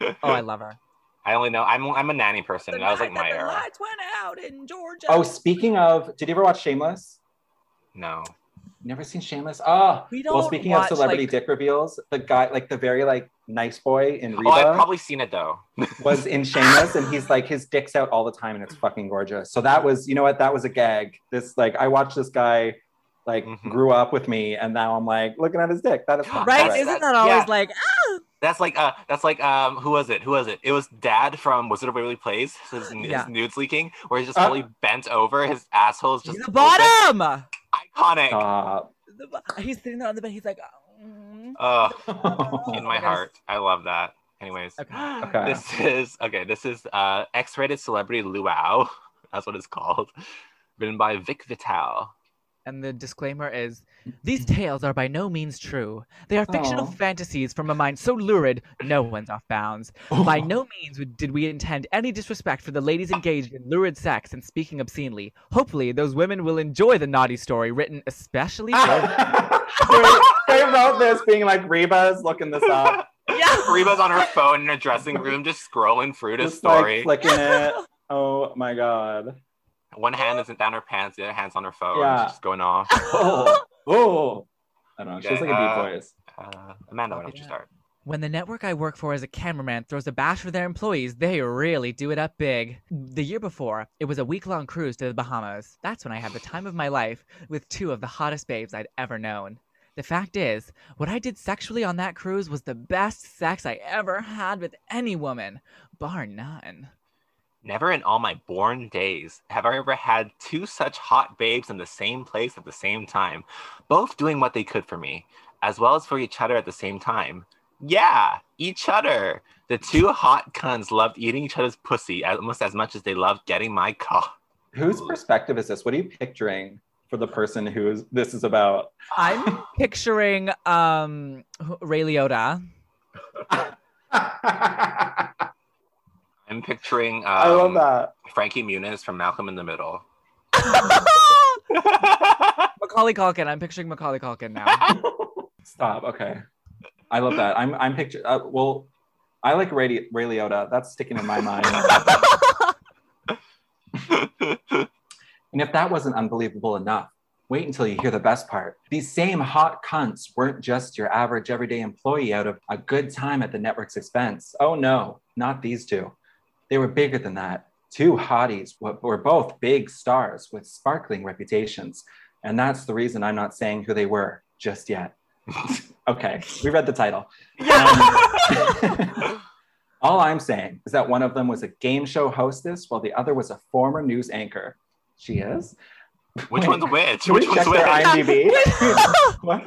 Oh, I love her. I only know I'm I'm a nanny person. and That was like my era. went out in Georgia. Oh, speaking of, did you ever watch Shameless? No. Never seen Shameless? Oh, We well, don't speaking watch, of celebrity like- dick reveals, the guy, like the very like nice boy in Reba, Oh, I've probably seen it though. was in Shameless, and he's like his dick's out all the time, and it's fucking gorgeous. So that was, you know what? That was a gag. This like I watched this guy like Mhm. grew up with me, and now I'm like looking at his dick. That is fucking right? That's- great. Isn't that that's- always yeah. like That's like uh that's like um who was it? Who was it? It was Dad from Wizard of Waverly Place. His, n- his Yeah. nudes leaking, where he's just Uh. fully bent over. His asshole's just the open. bottom? Iconic. Stop. The bo- he's sitting there on the bed. He's like, mm. Ugh. Oh in my my goodness. heart. I love that. Anyways, [gasps] Okay. Okay. this is okay. This is uh, X-rated celebrity luau. [laughs] That's what it's called. Written by Vic Vital. and the disclaimer is: these tales are by no means true. They are fictional Aw. fantasies from a mind so lurid, no one's off bounds. By no means would- did we intend any disrespect for the ladies engaged in lurid sex and speaking obscenely. Hopefully, those women will enjoy the naughty story written especially for [laughs] them. they wrote this being like Reba's looking this [laughs] up. Yeah. Reba's on her phone in her dressing room, just scrolling through this Just like story. flicking it. Oh my god. One hand isn't down her pants, the other hand's on her phone. Yeah. She's just going off. oh, oh. I don't know. She has like a Yeah. deep voice. Uh, Amanda, why don't you start? When the network I work for as a cameraman throws a bash for their employees, they really do it up big. The year before, it was a week long cruise to the Bahamas. That's when I had the time of my life with two of the hottest babes I'd ever known. The fact is, what I did sexually on that cruise was the best sex I ever had with any woman, bar none. Never in all my born days have I ever had two such hot babes in the same place at the same time, both doing what they could for me, as well as for each other at the same time. Yeah, each other. The two hot cunts loved eating each other's pussy almost as much as they loved getting my cock. Whose perspective is this? What are you picturing? for the person who this is about. I'm picturing um who- Ray Liotta. [laughs] I I'm picturing um, love that. Frankie Muniz from Malcolm in the Middle. Macaulay Culkin. I'm picturing Macaulay Culkin now. Stop. Okay. I love that. I'm I'm picture uh, well I like Ray, Ray Liotta. That's sticking in my mind. And if that wasn't unbelievable enough, wait until you hear the best part. These same hot cunts weren't just your average everyday employee out of a good time at the network's expense. Oh no, not these two. They were bigger than that. Two hotties wa- were both big stars with sparkling reputations. And that's the reason I'm not saying who they were just yet. okay, we read the title. [laughs] Um, all I'm saying is that one of them was a game show hostess while the other was a former news anchor. She is? Which one's which? Should Which we one's check which? [laughs] their IMDb? What?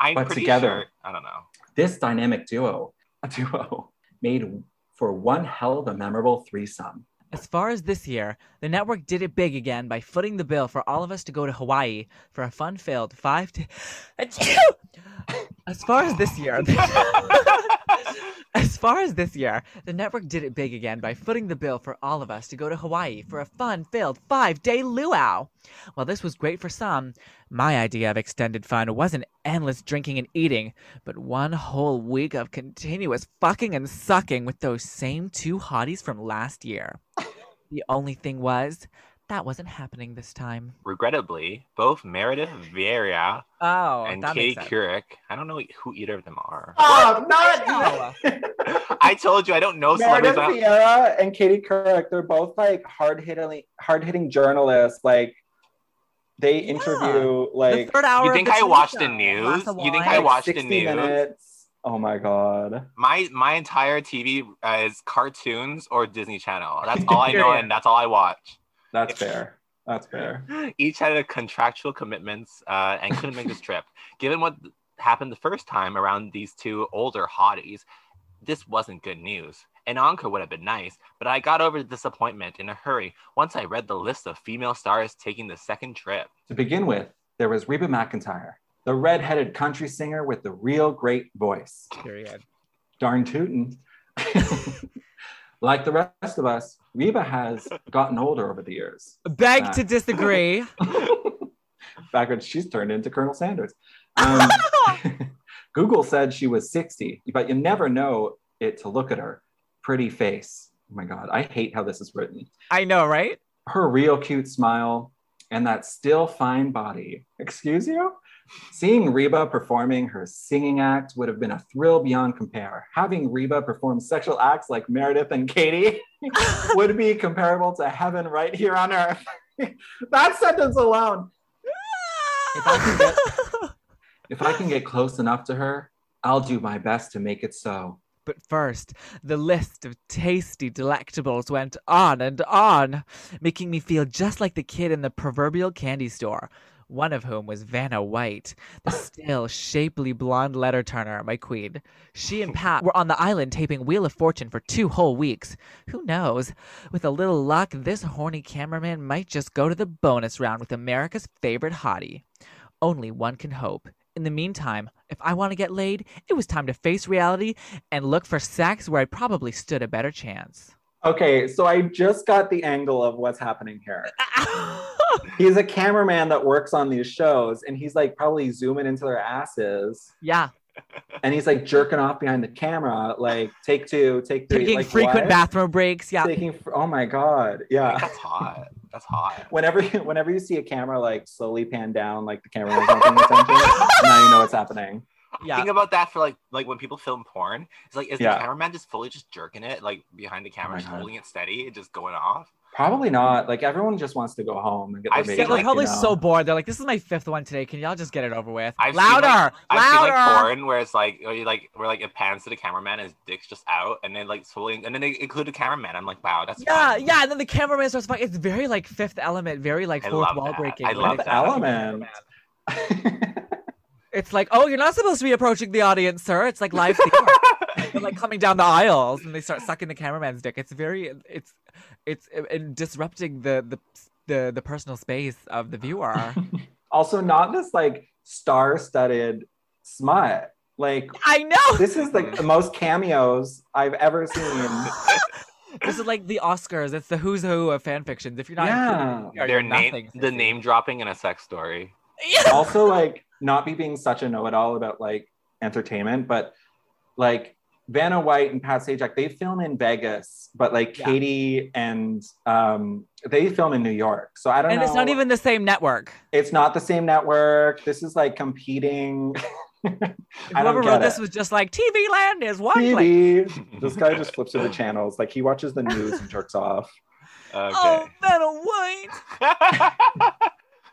I'm But pretty together. sure. I don't know. This dynamic duo, a duo, made for one hell of a memorable threesome. As far as this year, the network did it big again by footing the bill for all of us to go to Hawaii for a fun-filled five. To... [laughs] as far as this year, [laughs] as far as this year, the network did it big again by footing the bill for all of us to go to Hawaii for a fun-filled five-day luau. While this was great for some, my idea of extended fun wasn't endless drinking and eating, but one whole week of continuous fucking and sucking with those same two hotties from last year. The only thing was, that wasn't happening this time. Regrettably, both Meredith Vieira Oh, and that Kay makes sense. Couric. I don't know who either of them are. Oh, [laughs] No. [laughs] I told you I don't know Meredith celebrities. I don't- Vieira and Katie Couric, they're both like hard hitting hard hitting journalists. Like they Yeah. interview the like third hour. You of think the I TV watched the show. news? Glass of You think wine. I watched the 60 news? minutes. Oh my god. My my entire TV is cartoons or Disney Channel. [laughs] That's all I know, Period. and that's all I watch. That's fair. That's fair. Each had a contractual commitments uh, and couldn't make this trip. Given what happened the first time around these two older hotties, this wasn't good news. An encore would have been nice, but I got over the disappointment in a hurry once I read the list of female stars taking the second trip. To begin with, there was Reba McIntyre, the red-headed country singer with the real great voice. Period. darn tootin'. [laughs] like the rest of us, Reba has gotten older over the years. Beg Back. to disagree. Back when she's turned into Colonel Sanders. Um, [laughs] Google said she was 60, but you never know it to look at her. Pretty face. Oh my God, I hate how this is written. I know, right? Her real cute smile and that still fine body. Excuse you? Seeing Reba performing her singing act would have been a thrill beyond compare. Having Reba perform sexual acts like Meredith and Katie [laughs] would be comparable to heaven right here on earth. [laughs] that sentence alone. If I can get- [laughs] If I can get close enough to her, I'll do my best to make it so. But first, the list of tasty delectables went on and on, making me feel just like the kid in the proverbial candy store. One of whom was Vanna White, the still shapely blonde letter turner, my queen. She and Pat were on the island taping Wheel of Fortune for two whole weeks. Who knows? With a little luck, this horny cameraman might just go to the bonus round with America's favorite hottie. Only one can hope. In the meantime, if I want to get laid, it was time to face reality and look for sex where I probably stood a better chance. Okay, so I just got the angle of what's happening here. He's a cameraman that works on these shows, and he's like probably zooming into their asses. yeah, and he's like jerking off behind the camera, like take two, take three, taking like, frequent what? bathroom breaks. Yeah, Taking, fr- oh my god, yeah. That's hot. That's hot. Whenever you, whenever you see a camera like slowly pan down, like the camera is not [laughs] paying attention, now you know what's happening. yeah. Think about that for like like when people film porn. It's like is Yeah. Oh the cameraman just fully just jerking it like behind the camera, my just God. holding it steady, and just going off? Probably not. Like everyone just wants to go home and get their I've seen, Yeah, baby, they're like, probably you know? so bored. They're like, "This is my fifth one today. Can y'all just get it over with?" I've seen, louder, like- louder. I've seen like porn where it's like or you like where like it pans to the cameraman, his dick's just out, and then like slowly, and then they include the cameraman. I'm like, wow, that's yeah, fun. yeah. And then the cameraman starts fucking. It's very like Fifth Element, very like I fourth love wall that. breaking. I but love it's that. fucking Element. It's like, oh, you're not supposed to be approaching the audience, sir. It's [laughs] like live theater. They're like coming down the aisles and they start sucking the cameraman's dick. It's very, it's, it's uh, uh, disrupting the the the the personal space of the viewer. Also, not this like star-studded smut. Like I know. this is [laughs] like the most cameos I've ever seen. This is like the Oscars. It's the who's who of fan fictions. If you're [laughs] not, Yeah. included, Their you're name, nothing, the sissy. name dropping in a sex story. Yeah. also like not me being such a know-it-all about like entertainment, but like Vanna White and Pat Sajak, they film in Vegas, but like Yeah. Katie and um, they film in New York. So I don't And know. it's not even the same network. it's not the same network. This is like competing. I Whoever don't wrote get this it. was just like TV Land is one [laughs] place. TV. This guy just flips through the channels. Like he watches [laughs] the news and jerks off. Okay. Oh, Vanna [laughs] White.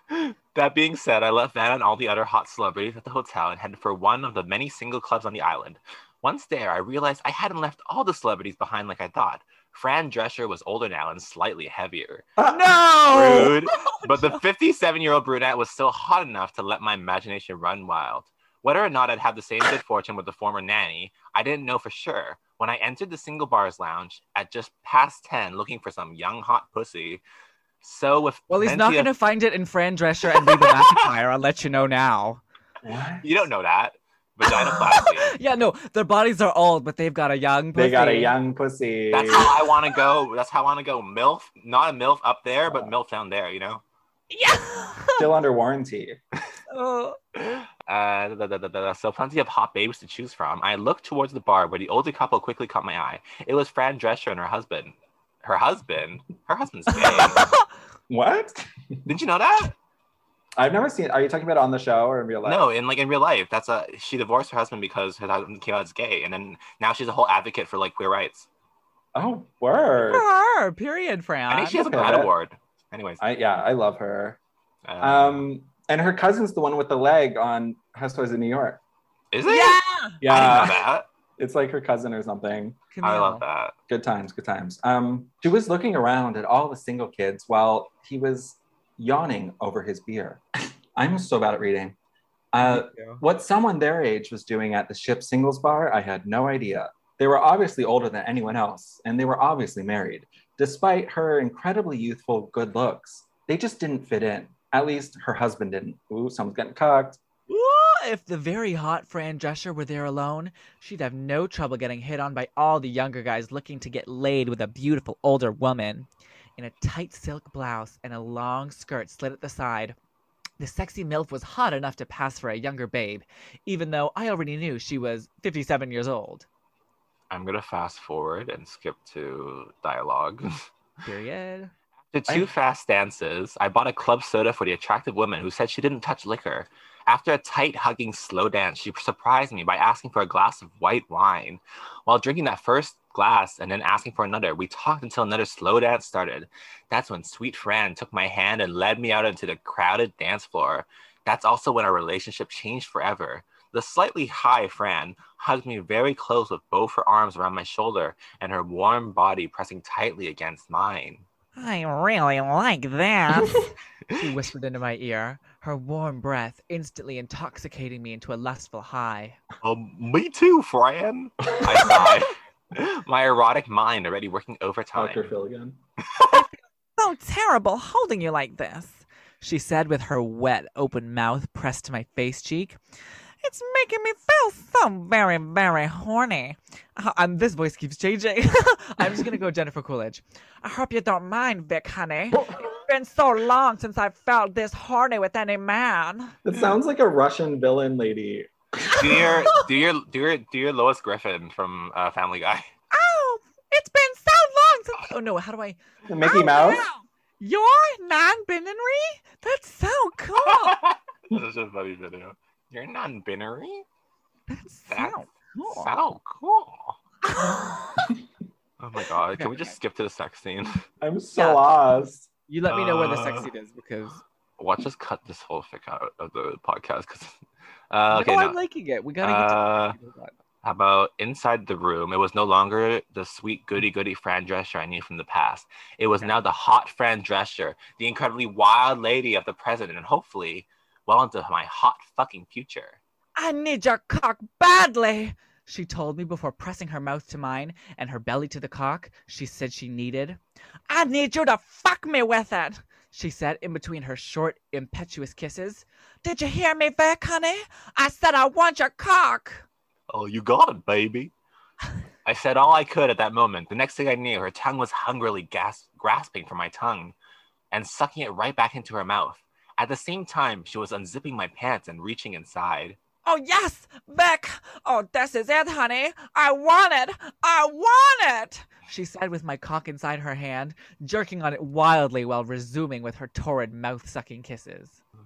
[laughs] that being said, I left Van and all the other hot celebrities at the hotel and headed for one of the many single clubs on the island. Once there, I realized I hadn't left all the celebrities behind like I thought. Fran Drescher was older now and slightly heavier. No. Rude. But the 57 year old brunette was still hot enough to let my imagination run wild. Whether or not I'd have the same good fortune with the former nanny, I didn't know for sure. When I entered the single bars lounge at just past 10 looking for some young hot pussy, so with Well, he's not plenty of- going to find it in Fran Drescher and Reba McIntyre. I'll let you know now. What? You don't know that. [laughs] Vaginoplasty. Yeah, no, their bodies are old, but they've got a young. Pussy. They got a young pussy. That's how I want to go. That's how I want to go. MILF, not a MILF up there, but MILF down there, you know? Yeah. Still under warranty. [laughs] Oh. Uh, da, da, da, da, da. so plenty of hot babes to choose from. I looked towards the bar where the older couple quickly caught my eye. It was Fran Drescher and her husband. Her husband? Her husband's gay. What? Did you know that? I've never seen. Are you talking about on the show or in real life? No, in like in real life, that's a she divorced her husband because her husband came out as gay, and then now she's a whole advocate for like queer rights. Oh, word. Her, period, Fran. I think she has a okay Pride with it. award. Anyways, I yeah, I love her. um, Um, and her cousin's the one with the leg on Housewives of New York. is it? yeah. I didn't Yeah, know that. it's like her cousin or something. I Camille. love that. Good times, good times. Um, she was looking around at all the single kids while he was yawning over his beer. [laughs] I'm so bad at reading. Uh, what someone their age was doing at the ship singles bar, I had no idea. They were obviously older than anyone else, and they were obviously married. Despite her incredibly youthful good looks, they just didn't fit in. At least her husband didn't. Ooh, someone's getting cocked. Woo! If the very hot Fran Drescher were there alone, she'd have no trouble getting hit on by all the younger guys looking to get laid with a beautiful older woman. In a tight silk blouse and a long skirt slit at the side, the sexy MILF was hot enough to pass for a younger babe, even though I already knew she was 57 years old. I'm gonna fast forward and skip to dialogue. [laughs] Period. After two I- fast dances, I bought a club soda for the attractive woman who said she didn't touch liquor. After a tight hugging slow dance, she surprised me by asking for a glass of white wine. While drinking that first glass and then asking for another, we talked until another slow dance started. That's when sweet Fran took my hand and led me out into the crowded dance floor. That's also when our relationship changed forever. The slightly high Fran hugged me very close with both her arms around my shoulder and her warm body pressing tightly against mine. [sighs] I really like that. [laughs] she whispered into my ear, her warm breath instantly intoxicating me into a lustful high. Um, me too, Fran. I sighed. My erotic mind already working overtime. Dr. Filligan. so terrible holding you like this, she said with her wet, open mouth pressed to my face cheek. It's making me feel so very, very horny. Uh, um, this voice keeps changing. [laughs] I'm just gonna go Jennifer Coolidge. I hope you don't mind, Vic, honey. It's been so long since I felt this horny with any man. It sounds like a Russian villain lady. Do your do your do your do your Lois Griffin from uh, Family Guy. [laughs] Oh, it's been so long since. Oh no, how do I? Mickey Oh, Mouse? wow. You're non-binary? That's so [laughs] cool. this is a funny video. You're non-binary. That's That's so cool. So [laughs] cool. Oh my god! Okay, Can we just skip to the sex scene? I'm so Yeah. lost. You let me know where the sex Uh, scene is because Watch us cut this whole fic out of the podcast because. Uh, okay, no, no. I'm liking it. We gotta Uh, get to How about inside the room? It was no longer the sweet goody goody Fran Drescher I knew from the past. It was now the hot Fran Drescher, the incredibly wild lady of the present, and hopefully well into my hot fucking future. I need your cock badly. She told me before pressing her mouth to mine and her belly to the cock she said she needed. I I need you to fuck me with it, she said in between her short, impetuous kisses. Did you hear me, Vic, honey? I said I want your cock. Oh, you got it, baby. [laughs] I said all I could at that moment. The next thing I knew, her tongue was hungrily gas- grasping for my tongue and sucking it right back into her mouth. At the same time, she was unzipping my pants and reaching inside. Oh, yes, Vic. Oh, this is it, honey. I want it. I want it. She said with my cock inside her hand, jerking on it wildly while resuming with her torrid mouth sucking kisses. [laughs]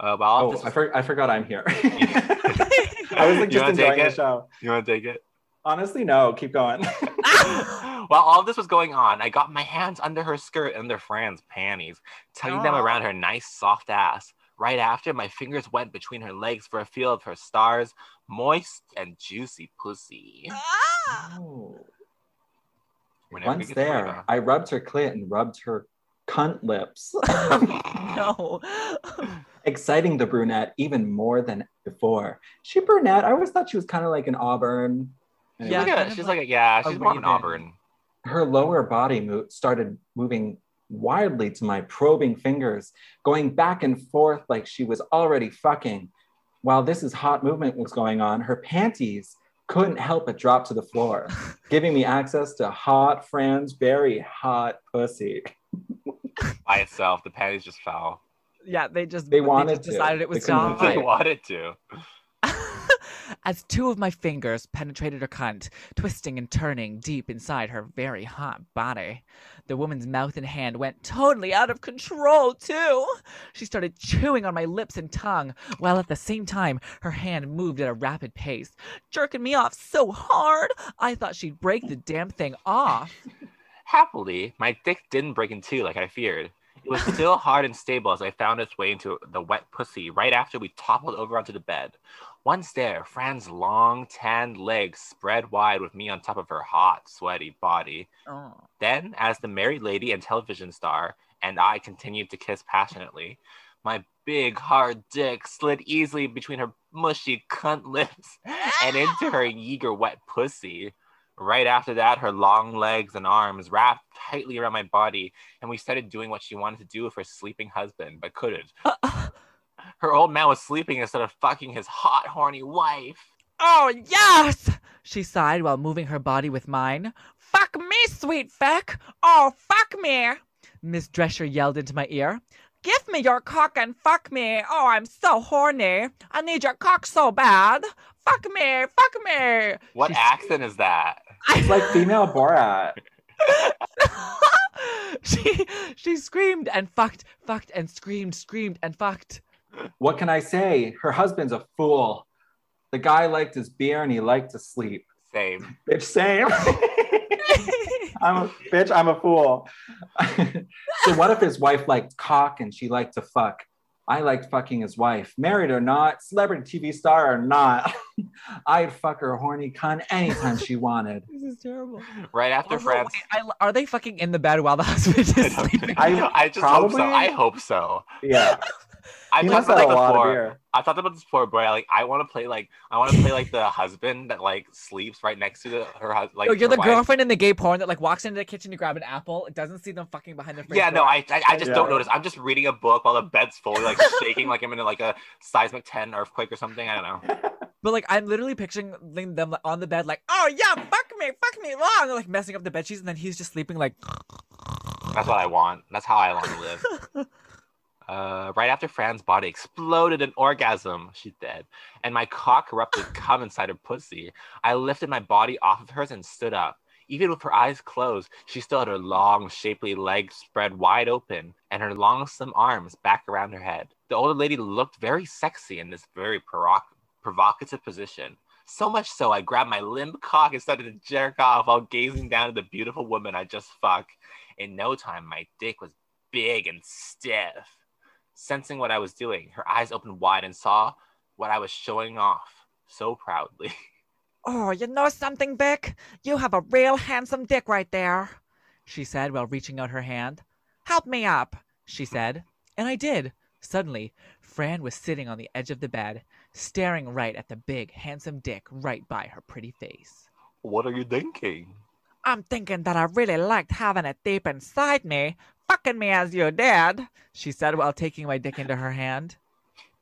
Uh, while all Oh, this I, was- for- I forgot I'm here. I was [laughs] You like just wanna take enjoying the it? show. You want to take it? Honestly, no. Keep going. [laughs] [laughs] While all this was going on, I got my hands under her skirt and under Fran's panties, tugging them Oh. around her nice, soft ass. Right after, my fingers went between her legs for a feel of her stars, moist and juicy [gasps] pussy. Ah! Oh. We're never [laughs] Once gonna get to there, Florida. I rubbed her clit and rubbed her cunt lips, No. [laughs] exciting the brunette even more than before. She brunette. I always thought she was kind of like an auburn. She's Yeah, like a- kind of she's like like, a, yeah, a she's more of an raven. Auburn. her lower body mo- started moving wildly to my probing fingers, going back and forth like she was already fucking. While this is hot movement was going on, her panties couldn't help but drop to the floor, giving me access to hot Fran's very hot pussy. By itself, the panties just fell. [laughs] Yeah, they just They wanted just to. decided it They was time. couldn't They Right. wanted to. As two of my fingers penetrated her cunt, twisting and turning deep inside her very hot body, the woman's mouth and hand went totally out of control, too. She started chewing on my lips and tongue, while at the same time her hand moved at a rapid pace, jerking me off so hard I thought she'd break the damn thing off. Happily, my dick didn't break in two like I feared. It was still hard and stable as I found its way into the wet pussy right after we toppled over onto the bed. Once there, Fran's long, tanned legs spread wide with me on top of her hot, sweaty body. Oh. Then, as the married lady and television star, and I continued to kiss passionately, my big, hard dick slid easily between her mushy cunt [laughs] lips and into her eager, wet pussy. Right after that, her long legs and arms wrapped tightly around my body, and we started doing what she wanted to do with her sleeping husband, but couldn't. Her old man was sleeping instead of fucking his hot, horny wife. Oh, yes! She sighed while moving her body with mine. Fuck me, sweet feck! Oh, fuck me! Miss Drescher yelled into my ear. Give me your cock and fuck me! Oh, I'm so horny! I need your cock so bad! Fuck me! Fuck me! [laughs] What She's- accent is that? It's like female Borat. she she screamed and fucked, fucked and screamed, screamed and [laughs] fucked. What can I say? Her husband's a fool. The guy liked his beer and he liked to sleep. [laughs] Same. Bitch, same. [laughs] I'm a bitch. I'm a fool. so what if his wife liked cock and she liked to fuck? I liked fucking his wife, married or not, celebrity TV star or not. [laughs] I'd fuck her horny cunt anytime she wanted. this is terrible. Right after Oh, France. wait, I, are they fucking in the bed while the husband [laughs] I, is don't sleeping? think- I just hope so. probably- I hope so. Yeah, I've he talked must about have that a lot of before. beer. I talked about this before, but I, like I want to play like I want to play like the husband that like sleeps right next to the, her husband. Like Yo, you're her the wife. girlfriend in the gay porn that like walks into the kitchen to grab an apple. It doesn't see them fucking behind their face. Yeah, no, door. I I, I just Yeah. don't notice. I'm just reading a book while the bed's fully like shaking, like I'm in like a seismic ten earthquake or something. I don't know. But like, I'm literally picturing them like, on the bed, like, oh yeah, fuck me, fuck me, ah," and they're like messing up the bed sheets, and then he's just sleeping like. That's what I want. That's how I want to live. Uh, right after Fran's body exploded in orgasm, she's dead, and my cock erupted cum inside her pussy. I lifted my body off of hers and stood up. Even with her eyes closed, she still had her long, shapely legs spread wide open and her long, slim arms back around her head. The older lady looked very sexy in this very provoc- provocative position. So much so, I grabbed my limp cock and started to jerk off while gazing down at the beautiful woman I just fucked. In no time, my dick was big and stiff. Sensing what I was doing, her eyes opened wide and saw what I was showing off so proudly. [laughs] Oh, you know something, Vic? You have a real handsome dick right there, she said while reaching out her hand. Help me up, she said. And I did. Suddenly, Fran was sitting on the edge of the bed, staring right at the big, handsome dick right by her pretty face. What are you thinking? I'm thinking that I really liked having it deep inside me, fucking me as you did, she said while taking my dick into her hand.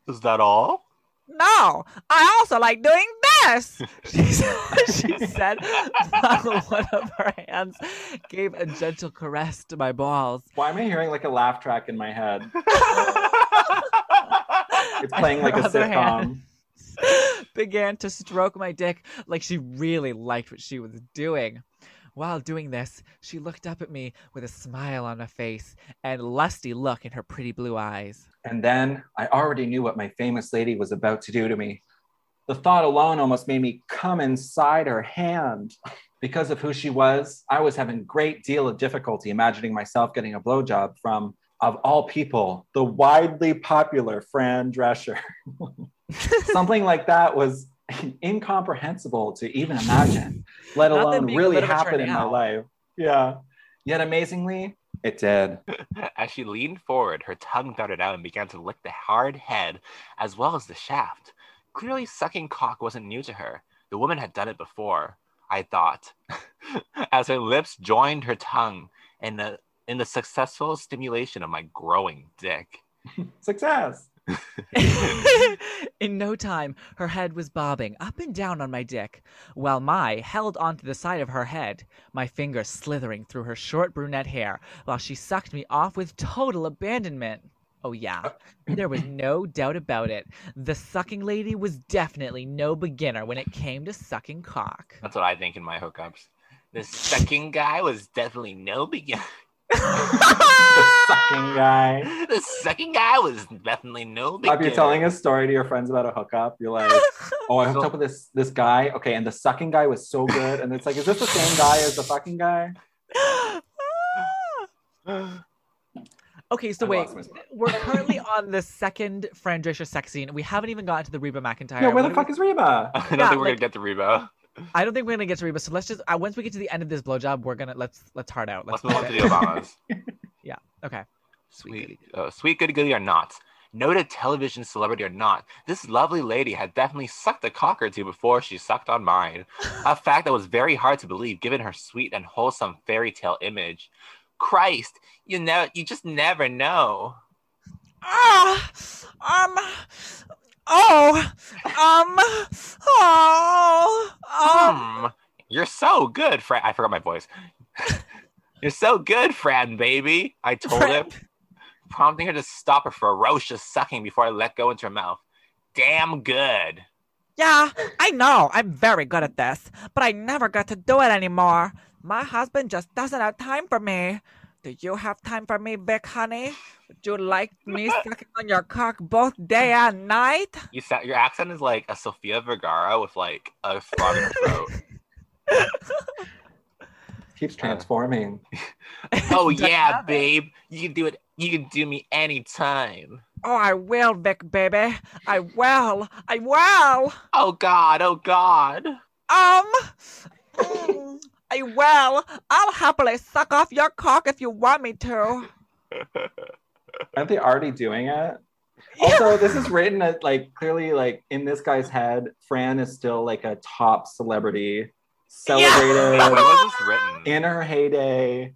Is that all? No, I also like doing this. [laughs] She, s- she said while one of her hands gave a gentle caress to my balls. Why am I hearing like a laugh track in my head? It's I [laughs] playing like a grabbed her sitcom. began to stroke my dick like she really liked what she was doing. While doing this, she looked up at me with a smile on her face and lusty look in her pretty blue eyes. And then I already knew what my famous lady was about to do to me. The thought alone almost made me come inside her hand. Because of who she was, I was having a great deal of difficulty imagining myself getting a blowjob from, of all people, the widely popular Fran [laughs] Drescher. Something like that was incomprehensible to even imagine, let Not them alone being a really bit of a happen in my turnout. life. Yeah. Yet amazingly, it did. As she leaned forward, her tongue darted out and began to lick the hard head as well as the shaft. Clearly, sucking cock wasn't new to her. The woman had done it before, I thought, [laughs] as her lips joined her tongue in the, in the successful stimulation of my growing dick. Success. [laughs] In no time, her head was bobbing up and down on my dick, while my held onto the side of her head, my fingers slithering through her short brunette hair while she sucked me off with total abandonment. Oh, yeah, there was no doubt about it. The sucking lady was definitely no beginner when it came to sucking cock. [laughs] That's what I think in my hookups. The sucking guy was definitely no beginner. The sucking guy. [laughs] the sucking guy was definitely no beginner. Bob, you're telling a story to your friends about a hookup. You're like, oh, I hooked up with this this guy. Okay, and the sucking guy was so good. And it's like, is this the same guy as the fucking guy? [gasps] okay, so I wait, lost my spot. we're currently on the second Fran Drescher sex scene. We haven't even gotten to the Reba McIntyre. Yeah, where What the do fuck is Reba? I don't Yeah, think we're like- gonna get the rebound. we- I don't think we're gonna get to Reba. So let's just uh, once we get to the end of this blowjob, we're gonna let's let's hard out. Let's Let's, move on move to the Obamas. [laughs] it. Okay. Sweet, uh, sweet goody goody or not, noted television celebrity or not, this lovely lady had definitely sucked a cock or two before she sucked on mine. a fact that was very hard to believe given her sweet and wholesome fairy tale image. Christ, you know, you just never know. Ah, um, oh, um, oh, oh. Hmm, you're so good, Fran. I forgot my voice. [laughs] you're so good, Fran, baby. I told him, prompting her to stop her ferocious sucking before I let go into her mouth. Damn good. Yeah, I know. I'm very good at this, but I never get to do it anymore. My husband just doesn't have time for me. Do you have time for me, Vic, honey? Would you like [laughs] me sucking on your cock both day and night? You sound, your accent is like a Sofia Vergara with like a frog in her throat. Keeps transforming. oh yeah, babe, you can do it. You can do me anytime. Oh, I will, Vic, baby. I will. I will. Oh God, oh God. Um, mm, I will. I'll happily suck off your cock if you want me to. Aren't they already doing it? Oh, [laughs] Also, this is written at like clearly like in this guy's head, Fran is still like a top celebrity, celebrated Wait, when was this written? [laughs] in her heyday.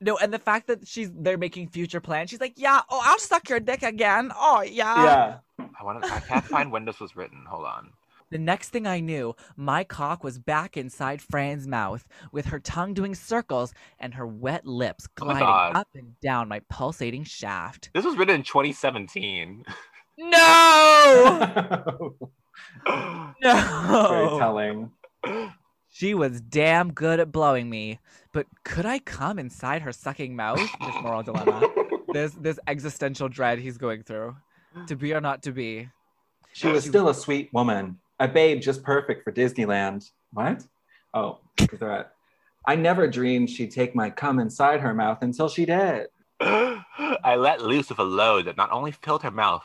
No, and the fact that she's they're making future plans. She's like, yeah, oh, I'll suck your dick again. Oh, yeah. yeah. I want. to I can't find when this was written. Hold on. The next thing I knew, my cock was back inside Fran's mouth, with her tongue doing circles and her wet lips Oh my gliding God. up and down my pulsating shaft. This was written in [laughs] 2017. No, [laughs] [laughs] Very [laughs] no. telling. She was damn good at blowing me, but could I come inside her sucking mouth? This moral [laughs] dilemma. This this existential dread he's going through. To be or not to be. She was still a sweet woman, a babe just perfect for Disneyland. What? Oh, is that? I never dreamed she'd take my cum inside her mouth until she did. I let loose with a load that not only filled her mouth,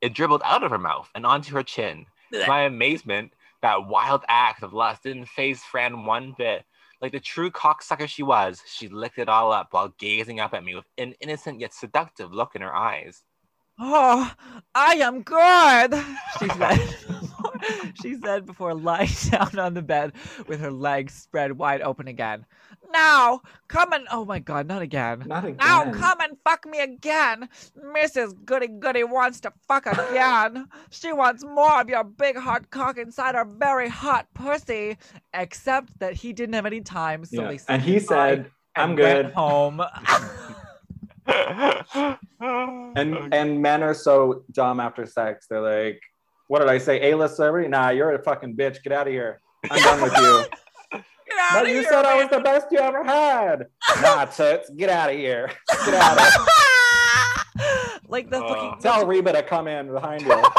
it dribbled out of her mouth and onto her chin. To my amazement, that wild act of lust didn't faze Fran one bit. Like the true cocksucker she was, she licked it all up while gazing up at me with an innocent yet seductive look in her eyes. [laughs] Oh, I am good, she said. [laughs] she said before lying [laughs] down on the bed with her legs spread wide open again. Now, come and oh my god, not again. Not again. Now come and fuck me again. Mrs. Goody Goody wants to fuck again. she wants more of your big hard cock inside her very hot pussy. Except that he didn't have any time, so Yeah. they said And he said, "I'm went good." [laughs] home. And and and men are so dumb after sex. They're like, "What did I say? A-list celebrity? Nah, you're a fucking bitch. Get out of here. I'm done with you." Get out But of you here, said I man. was the best you ever had. nah, toots, get out of here. Get out of here. [laughs] like the fucking Uh. Tell Reba to come in behind you. Uh,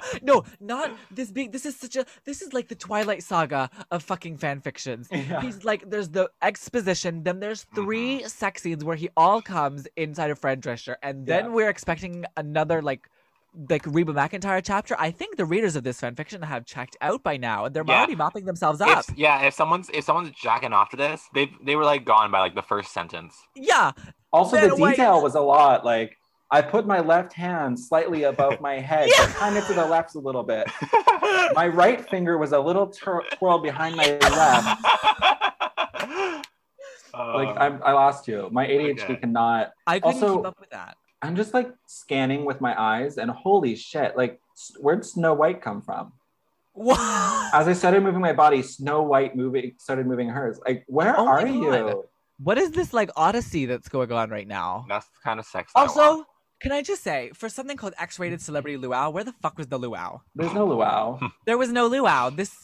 [laughs] no, not this big. This is such a. This is like the Twilight Saga of fucking fan fictions. Yeah. He's like, there's the exposition, then there's 3 sex scenes where he all comes inside of Fred Drescher, and then Yeah. we're expecting another like. Like Reba McIntyre chapter, I think the readers of this fanfiction have checked out by now, and they're Yeah. already mopping themselves up. if, yeah, if someone's if someone's jacking off to this, they they were like gone by like the first sentence. [laughs] Yeah, Also, the Then wait. detail was a lot. Like, I put my left hand slightly above my head, but kind of to the left a little bit. My right finger was a little twir- twirl behind my left. Like, I, I lost you. My ADHD Okay. cannot. I couldn't Also- keep up with that. [laughs] I'm just like scanning with my eyes, and holy shit! Like, s- where'd Snow White come from? What? As I started moving my body, Snow White moving started moving hers. Like, where Oh my are God. you? What is this like odyssey that's going on right now? that's the kind of sex. I Also, want. can I just say, for something called X-rated celebrity luau, where the fuck was the luau? There's no luau. There was no luau. This,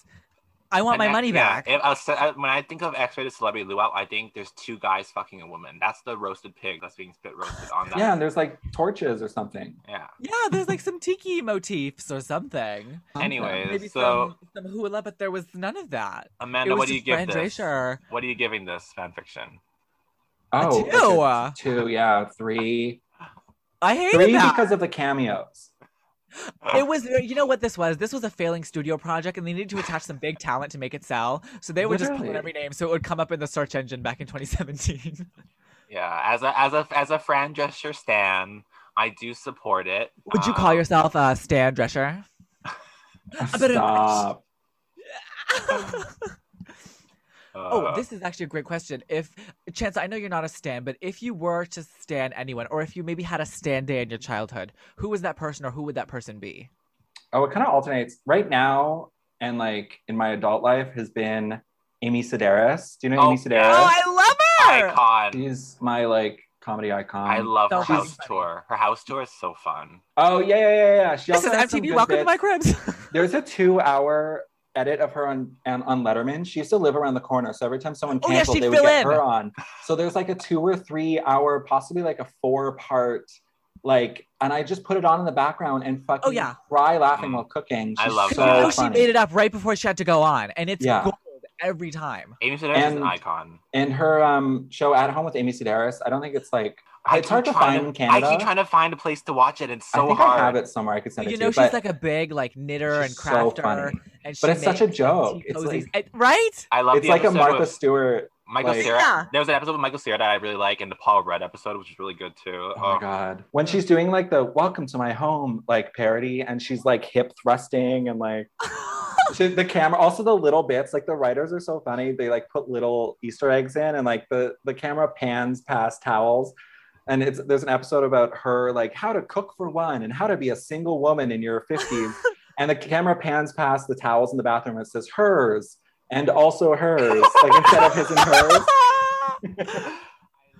I want And my X- money yeah, back. if I was- I- when I think of X-rated celebrity luau, I think there's two guys fucking a woman. That's the roasted pig that's being spit roasted on that. yeah, and there's like torches or something. Yeah. yeah, there's like some tiki motifs or something. Anyways, Maybe so some some hula, but there was none of that. it Amanda, was what do you just give Fran this? Drescher. What are you giving this fanfiction? Oh, Two. okay. two, yeah, three, I hated three that. because of the cameos. Oh. it was you know what this was this was a failing studio project and they needed to attach some big talent to make it sell so they would just put Literally. every name so it would come up in the search engine back in 2017 Yeah, as a as a as a Fran gesture stan, I do support it. would you call Um, yourself a stan drescher [laughs] but it- Stop. Oh, Oh, Uh-huh. uh, this is actually a great question. If Chance, I know you're not a stan, but if you were to stan anyone, or if you maybe had a stan day in your childhood, who was that person, or who would that person be? Oh, it kind of alternates right now, and like in my adult life has been Amy Sedaris. Do you know Oh, Amy Sedaris? Oh, I love icon. She's my like comedy icon. I love her So house funny. tour. Her house tour is so fun. oh yeah, yeah, yeah, yeah. She This also is has some MTV. good Welcome to bits. my cribs. There's a two-hour edit of her on and on Letterman. She used to live around the corner, so every time someone Oh, yeah, canceled, she'd they would fill get in. her on. So there's like a two or three-hour, possibly like a four-part, like, and I just put it on in the background and fucking Oh, yeah. cry laughing Mm. while cooking. I She's love so that. [laughs] you know she funny. made it up right before she had to go on, and it's Yeah. gold every time. Amy Sedaris is an And- icon. And her um, show At Home with Amy Sedaris. I don't think it's like I It's keep hard to trying find in I keep Canada. trying to find a place to watch it. It's so I think hard. I have it somewhere. I could send it you to know, you. she's but like a big like knitter and she's so crafter, funny. and she But it's such a makes joke. tea It's cozies. like, And- right? I love it's the like a episode Martha with Stewart. Michael like- Cera. Yeah. There was an episode with Michael Cera that I really like, and the Paul Rudd episode, which is really good too. Oh my god. When she's doing like the welcome to my home like parody and she's like hip thrusting and like she- the camera also the little bits like the writers are so funny. They like put little easter eggs in and like the the camera pans past towels and it's there's an episode about her like how to cook for one and how to be a single woman in your 50s and the camera pans past the towels in the bathroom and it says hers and also hers like instead of his and hers. I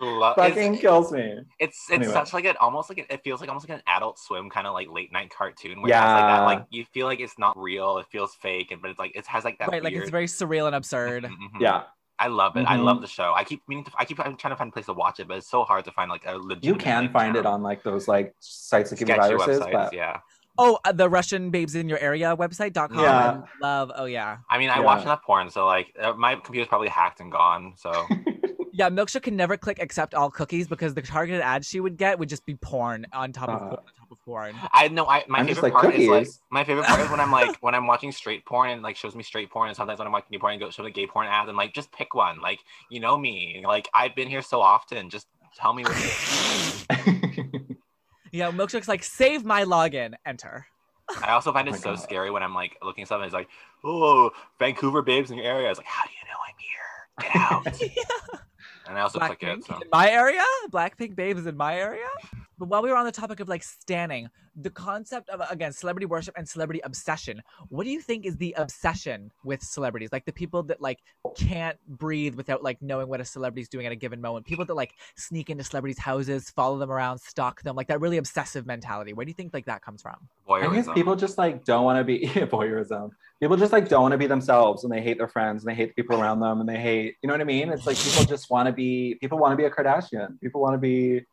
love Fucking it's, kills me. it's it's Anyway. such like an almost like an, it feels like almost like an Adult Swim kind of like late night cartoon where it has like Yeah. that like you feel like it's not real, it feels fake, and but it's like it has like that [laughs] Right, like it's weird- very surreal and absurd. Mhm, mhm. Yeah. I love it. I Mhm. love the show. I keep meaning to, I keep trying to find a place to watch it, but it's so hard to find like a legit. You can find it on like those like sites that give you sketchy viruses, websites. but Yeah, Oh, uh, the Russian babes in your area website.com. Yeah. Love. Oh, yeah. I mean, I Yeah. watch enough porn, so like uh, my computer's probably hacked and gone. So Yeah. Milksha can never click accept all cookies because the targeted ads she would get would just be porn on top of Uh. porn, on top of porn. I know I my I'm just favorite like, part is like cookies. my favorite part is when I'm [laughs] like when I'm watching straight porn and like shows me straight porn, and sometimes when I'm watching gay porn and go show me gay porn ads, I'm like, just pick one. Like you know me, like I've been here so often. Just tell me what. Yeah. Milksha's like, save my login, enter. I also find it Oh my so God. scary when I'm like looking at something. It's like, oh, Vancouver babes in your area. It's like, how do you know I'm here? Get out. [laughs] And I also click it. Blackpink So. in my area, Blackpink Babe is in my area. But while we were on the topic of like standing, the concept of again celebrity worship and celebrity obsession. What do you think is the obsession with celebrities? Like the people that like can't breathe without like knowing what a celebrity's doing at a given moment. People that like sneak into celebrities' houses, follow them around, stalk them. Like that really obsessive mentality. Where do you think like that comes from? I guess Voyeurism. people just like don't want to be [laughs] yeah, voyeurism. People just like don't want to be themselves, and they hate their friends, and they hate the people around them, and they hate. You know what I mean? It's like people just want to be. People want to be a Kardashian. People want to be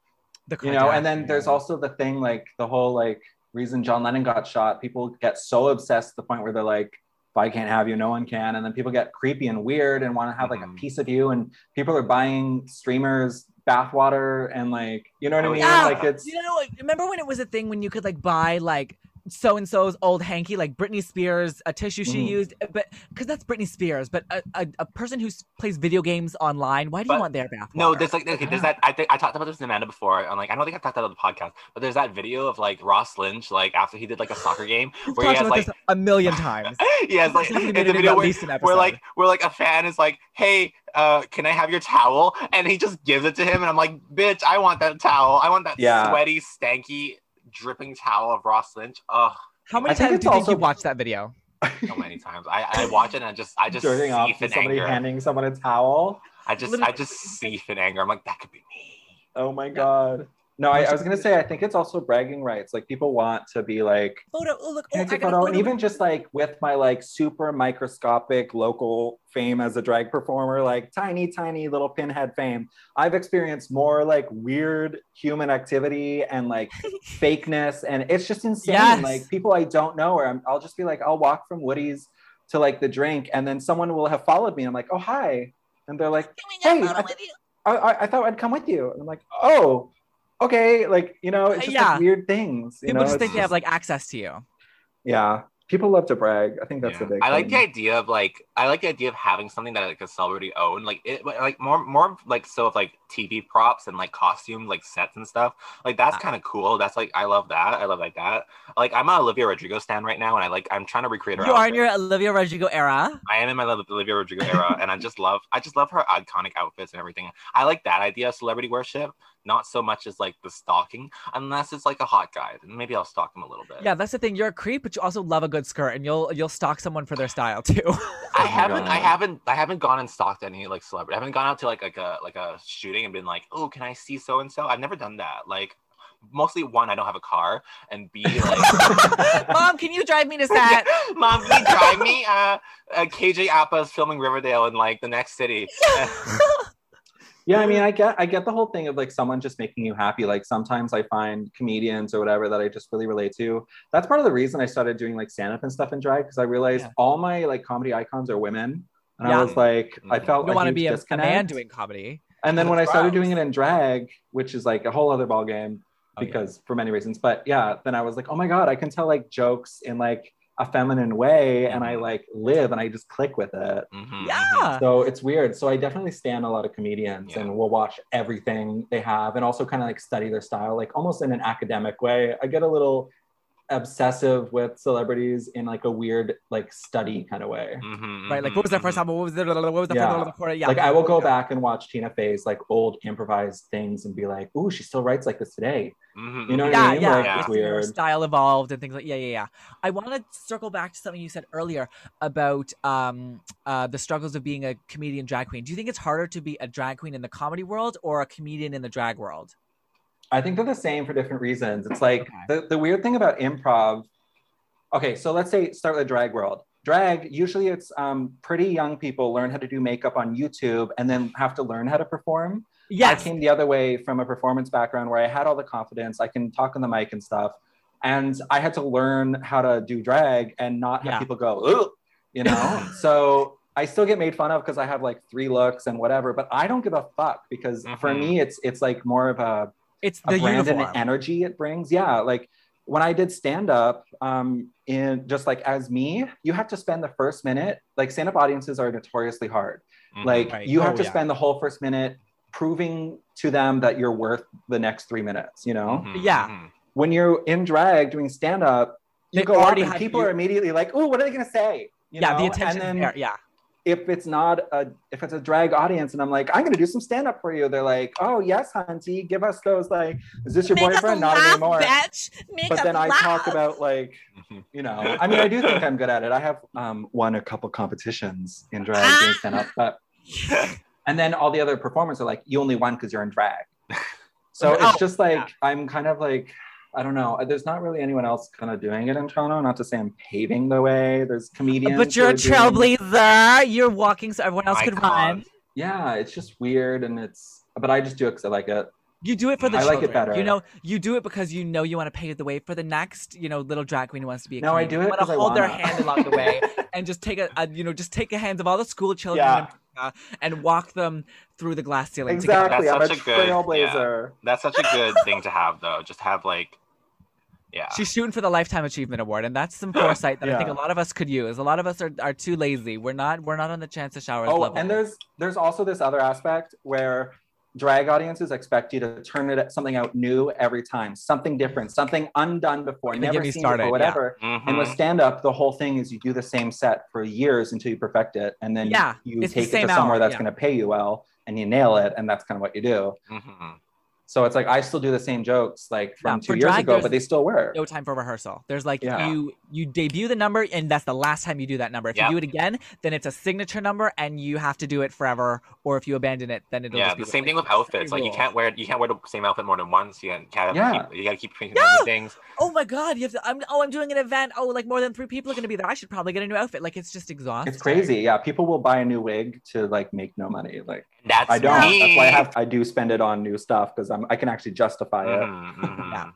The you know and then Kardashians. there's also the thing like the whole like reason john lennon got shot people get so obsessed to the point where they're like if i can't have you no one can and then people get creepy and weird and want to have like Mhm. a piece of you and people are buying streamers bathwater and like you know what i Oh, mean yeah. like it's You know, like, remember when it was a thing when you could like buy like so and so's old hanky, like Britney Spears, a tissue she Mm. Mhm. used, but because that's Britney Spears, but a, a, a person who s- plays video games online, why do you But- want their bath? No, water? there's like okay, there's that. I think I talked about this with Amanda before, and like I don't think I talked about it on the podcast, but there's that video of like Ross Lynch, like after he did like a soccer [laughs] game, We've where he talked has about like this a million times. he has [laughs] like Definitely it's a made it into video at where, least an where episode. like where like a fan is like, hey, uh, can I have your towel? And he just gives it to him, and I'm like, bitch, I want that towel. I want that Yeah. sweaty, stanky, dripping towel of Ross Lynch. Ugh, how many I think times it's do you think also- you watched that video? so many times. I, I watch it and I just I just jerking off seethe to in somebody anger. handing someone a towel I just I Literally- just seethe in anger. I'm like, that could be me. oh my god no I, I was gonna say i think it's also bragging rights like people want to be like Photo. Oh look, oh, Can I I take got a photo. photo? And even just like with my like super microscopic local fame as a drag performer, like tiny, tiny little pinhead fame, I've experienced more like weird human activity and like fakeness. And it's just insane. Yes. Like people I don't know, or I'm, I'll just be like, I'll walk from Woody's to like the drink, and then someone will have followed me. I'm like, oh, hi. And they're like, Can we Hey, get a I- photo with you? I, I, I thought I'd come with you. And I'm like, oh, okay. Like, you know, it's just Yeah. like weird things. You people know? just It's think they just- have like access to you. yeah. People love to brag. I think that's Yeah. the big I like the thing. idea of like I like the idea of having something that like a celebrity owned, like it but, like more more of, like so of like TV props and like costume like sets and stuff. Like that's Uh-huh. kind of cool. That's like I love that. I love like that. Like I'm on Olivia Rodrigo stand right now, and I like I'm trying to recreate her. You are in outfit. your Olivia Rodrigo era. I am in my love- Olivia Rodrigo [laughs] era, and I just love I just love her iconic outfits and everything. I like that idea of celebrity worship, not so much as like the stalking, unless it's like a hot guy. Then Maybe I'll stalk him a little bit. Yeah, that's the thing. You're a creep, but you also love a good skirt, and you'll you'll stalk someone for their style too. [laughs] I Oh my haven't, I God. haven't, I haven't gone and stalked any like celebrity. I haven't gone out to like like a like a shooting and been like, oh, can I see so and so? I've never done that. Like, mostly one, I don't have a car, and [laughs] B, [laughs] like, Mom, can you drive me to set? mom, can you drive me? Uh, uh, KJ Appa's filming Riverdale in like the next city. [laughs] Yeah, I mean, I get I get the whole thing of like someone just making you happy. Like sometimes I find comedians or whatever that I just really relate to. That's part of the reason I started doing like stand up and stuff in drag because I realized Yeah. all my like comedy icons are women. And Yeah. I was like, I Mhm. [laughs] felt You don't want to like be a, a disconnect. man doing comedy. and then the when I started crowds. doing it in drag, which is like a whole other ballgame, Oh, yeah. because for many reasons. But yeah, then I was like, oh my god, I can tell like jokes in like a feminine way, and I like live and I just click with it. Mhm, mhm. Yeah. So it's weird. So I definitely stand a lot of comedians, Yeah. and will watch everything they have, and also kind of like study their style, like almost in an academic way. I get a little obsessive with celebrities in like a weird like study kind of way. Mhm, Right. Like, what was that mhm, first mhm. time? What was the what was the Yeah. photo of the quarter? Yeah. Like I will go Yeah. back and watch Tina Fey's like old improvised things and be like, "Ooh, she still writes like this today." Mhm, You know mhm. what I yeah, mean? yeah, Like, yeah. it's Your weird. Style evolved and things like yeah, yeah, yeah. I want to circle back to something you said earlier about um, uh, the struggles of being a comedian drag queen. Do you think it's harder to be a drag queen in the comedy world or a comedian in the drag world? I think they're the same for different reasons. It's like Okay. the, the weird thing about improv. Okay, so let's say start with drag world. Drag, usually it's um, pretty young people learn how to do makeup on YouTube and then have to learn how to perform. I Yes. came the other way from a performance background where I had all the confidence, I can talk on the mic and stuff. And I had to learn how to do drag and not have Yeah. people go, Ugh, [laughs] you know? so I still get made fun of because I have like three looks and whatever, but I don't give a fuck because for Mhm. me it's it's like more of a It's a Mm-hmm. the brand uniform. and the energy it brings. Yeah, like when I did stand up, um, in just like as me, you have to spend the first minute. Like stand up audiences are notoriously hard. Mhm. Like Right. you Oh, have to yeah. spend the whole first minute proving to them that you're Mm-hmm. worth the next three minutes. You know, Mhm, Yeah. mhm. when you're in drag doing stand up, you They go up already and had people you- are immediately like, "Ooh, what are they going to say?" You yeah, know? the attention. And then there, yeah, if it's not a if it's a drag audience, and I'm like, "I'm going to do some stand up for you," they're like, "Oh yes, hunty, give us those." Like, is this your Make us boyfriend? Not laugh, anymore. bitch. Make But us then I laugh. talk about like Mm-hmm. you know, I mean, I do think I'm good at it. I have um, won a couple competitions in drag Ah. and stand up, but [laughs] and then all the other performers are like, you only won because you're in [laughs] drag. So Oh, it's just like yeah. I'm kind of like I don't know. There's not really anyone else kind of doing it in Toronto. Not to say I'm paving the way. There's comedians, but who you're a are doing- trailblazer. You're walking so everyone else My could God. run. Yeah, it's just weird, and it's but I just do it because I like it. You do it for the I like it children. better. You know, you do it because you know you want to pave the way for the next, you know, little drag queen who wants to be a No, I comedian. do it You wanna 'cause I hold their wanna. hand along the [laughs] way and just take a, a you know, just take the hands of all the school children Yeah. in America and walk them through the glass ceiling together. Exactly. I'm a That's such a good- trailblazer. That's such a good thing to have, though. Just have like, yeah. She's shooting for the lifetime achievement award, and that's [laughs] some foresight that I think a Yeah. lot of us could use. A lot of us are, are too lazy. We're not we're not on the chance to shower. Oh, and there's there's also this other aspect where drag audiences expect you to turn it something out new every time, something different, something undone before, Even never get me seen started, yeah. before, whatever. Mhm. And with Mm-hmm. stand up, the whole thing is you do the same set for years until you perfect it, and then Yeah, you it's the take it same to somewhere hour, that's yeah. going to pay you well, and you nail it, and that's kind of what you do. Mhm. So it's like I still do the same jokes like Yeah, from for two years drag, ago, there's but they still work. no time for rehearsal. There's like Yeah. you you debut the number and that's the last time you do that number. If Yeah. you do it again, then it's a signature number and you have to do it forever. Or if you abandon it, then it'll Yeah, just be the same like- thing with outfits. Like you can't wear you can't wear the same outfit more than once. You gotta Yeah. keep, you gotta keep changing No! new things. Oh my god, you have to. I'm oh I'm doing an event. Oh, like more than three people are going to be there. I should probably get a new outfit. Like it's just exhausting. It's crazy. Yeah, people will buy a new wig to like make no money. Like And that's I don't. me. That's why I [laughs] have. I do spend it on new stuff because I'm. I can actually justify it. Mhm, mhm. [laughs] Yeah.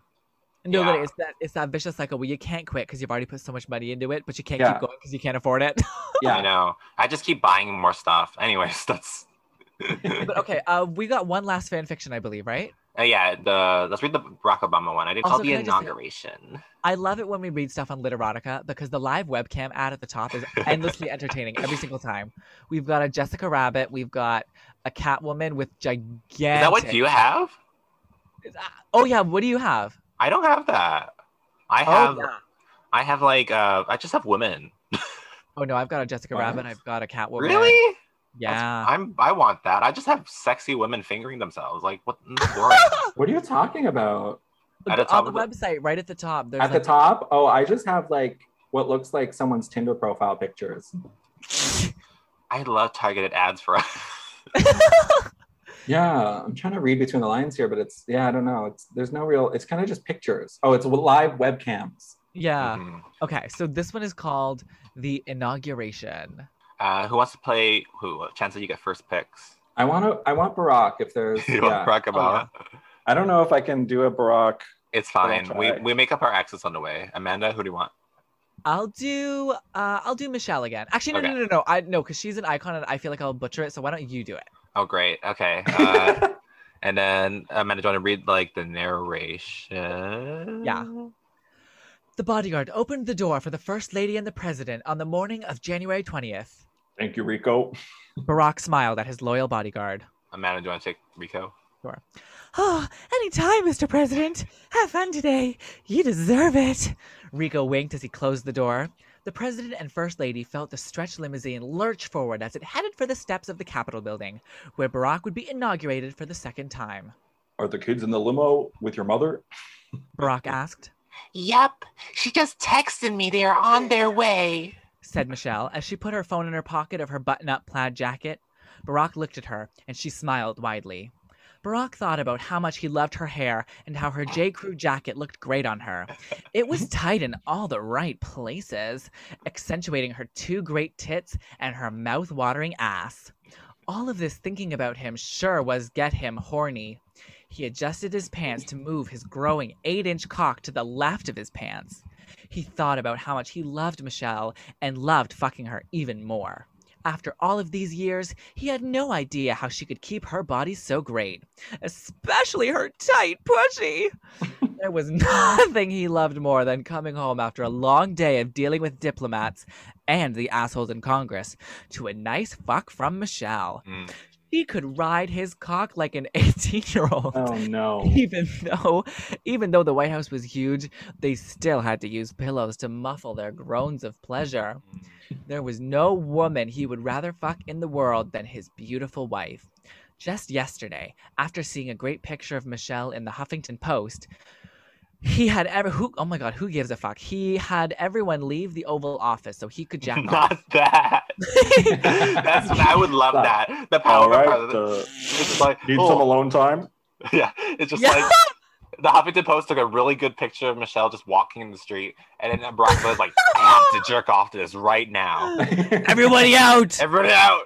No, Yeah. but it's that it's that vicious cycle where you can't quit because you've already put so much money into it, but you can't Yeah. keep going because you can't afford it. [laughs] I Yeah. know. I just keep buying more stuff. Anyways, [laughs] that's but okay, uh, we got one last fan fiction, I believe, right? uh, yeah. The let's read the Barack Obama one. I did call Also, the can I just say- inauguration. I love it when we read stuff on Literotica because the live webcam ad at the top is [laughs] endlessly entertaining every single time. We've got a Jessica Rabbit, we've got a Catwoman with gigantic. Is that what you have? Oh yeah, what do you have? I don't have that. I have oh, yeah. I have like uh I just have women. oh no, I've got a Jessica What? Rabbit, I've got a Catwoman. Really? That's- Yeah. I'm I want that. I just have sexy women fingering themselves. Like what in [laughs] the Mm-hmm. world? What are you talking about? At the on top the of the- website, right at the top. There's At the like- top? Oh, I just have like what looks like someone's Tinder profile pictures. I love targeted ads for [laughs] us. Yeah, I'm trying to read between the lines here, but it's yeah, I don't know. It's there's no real. It's kind of just pictures. Oh, it's live webcams. Yeah. Mhm. Okay, so this one is called the inauguration. Uh, who wants to play who? Chances you get first picks. [laughs] I want to. I want Barack. If there's, You yeah. want Barack Obama? I don't know if I can do a Barack. It's I'll fine. We, try. we make up our accents on the way. Amanda, who do you want? I'll do uh I'll do Michelle again. Actually no Okay. no no no I no because she's an icon and I feel like I'll butcher it, so why don't you do it? Oh, great. Okay. Uh, and then Amanda, do you want to read like the narration? Yeah. The bodyguard opened the door for the First Lady and the President on the morning of January 20th. Thank you, Rico. Barack smiled at his loyal bodyguard. Amanda, do you want to take Rico? Oh, any time, Mr. President. Have fun today. You deserve it. Rico winked as he closed the door. The President and First Lady felt the stretch limousine lurch forward as it headed for the steps of the Capitol building, where Barack would be inaugurated for the second time. Are the kids in the limo with your mother? Barack asked, Yep. She just texted me. They are on their way. said Michelle as she put her phone in her pocket of her button up plaid jacket. Barack looked at her and she smiled widely. Barack thought about how much he loved her hair and how her J. Crew jacket looked great on her. It was tight in all the right places, accentuating her two great tits and her mouth watering ass. All of this thinking about him sure was get him horny. He adjusted his pants to move his growing eight inch cock to the left of his pants. He thought about how much he loved Michelle and loved fucking her even more. After all of these years, he had no idea how she could keep her body so great, especially her tight pushy. there was nothing he loved more than coming home after a long day of dealing with diplomats and the assholes in Congress to a nice fuck from Michelle. She could ride his cock like an 18 year old. Oh no. [laughs] Even though, even though the White House was huge, they still had to use pillows to muffle their groans of pleasure. There was no woman he would rather fuck in the world than his beautiful wife. Just yesterday, after seeing a great picture of Michelle in the Huffington Post, he had ever who oh my god, who gives a fuck? He had everyone leave the Oval Office so he [laughs] could jack off. Not that. [laughs] [laughs] That's what I would love Stop. that. The All power of right. president. Uh, It's just like need oh, some alone [laughs] time. yeah. It's just Yeah. like the Huffington Post took a really good picture of Michelle just walking in the street, and then Barack was like, "I have to jerk off to this right now. [laughs] Everybody out! Everybody out."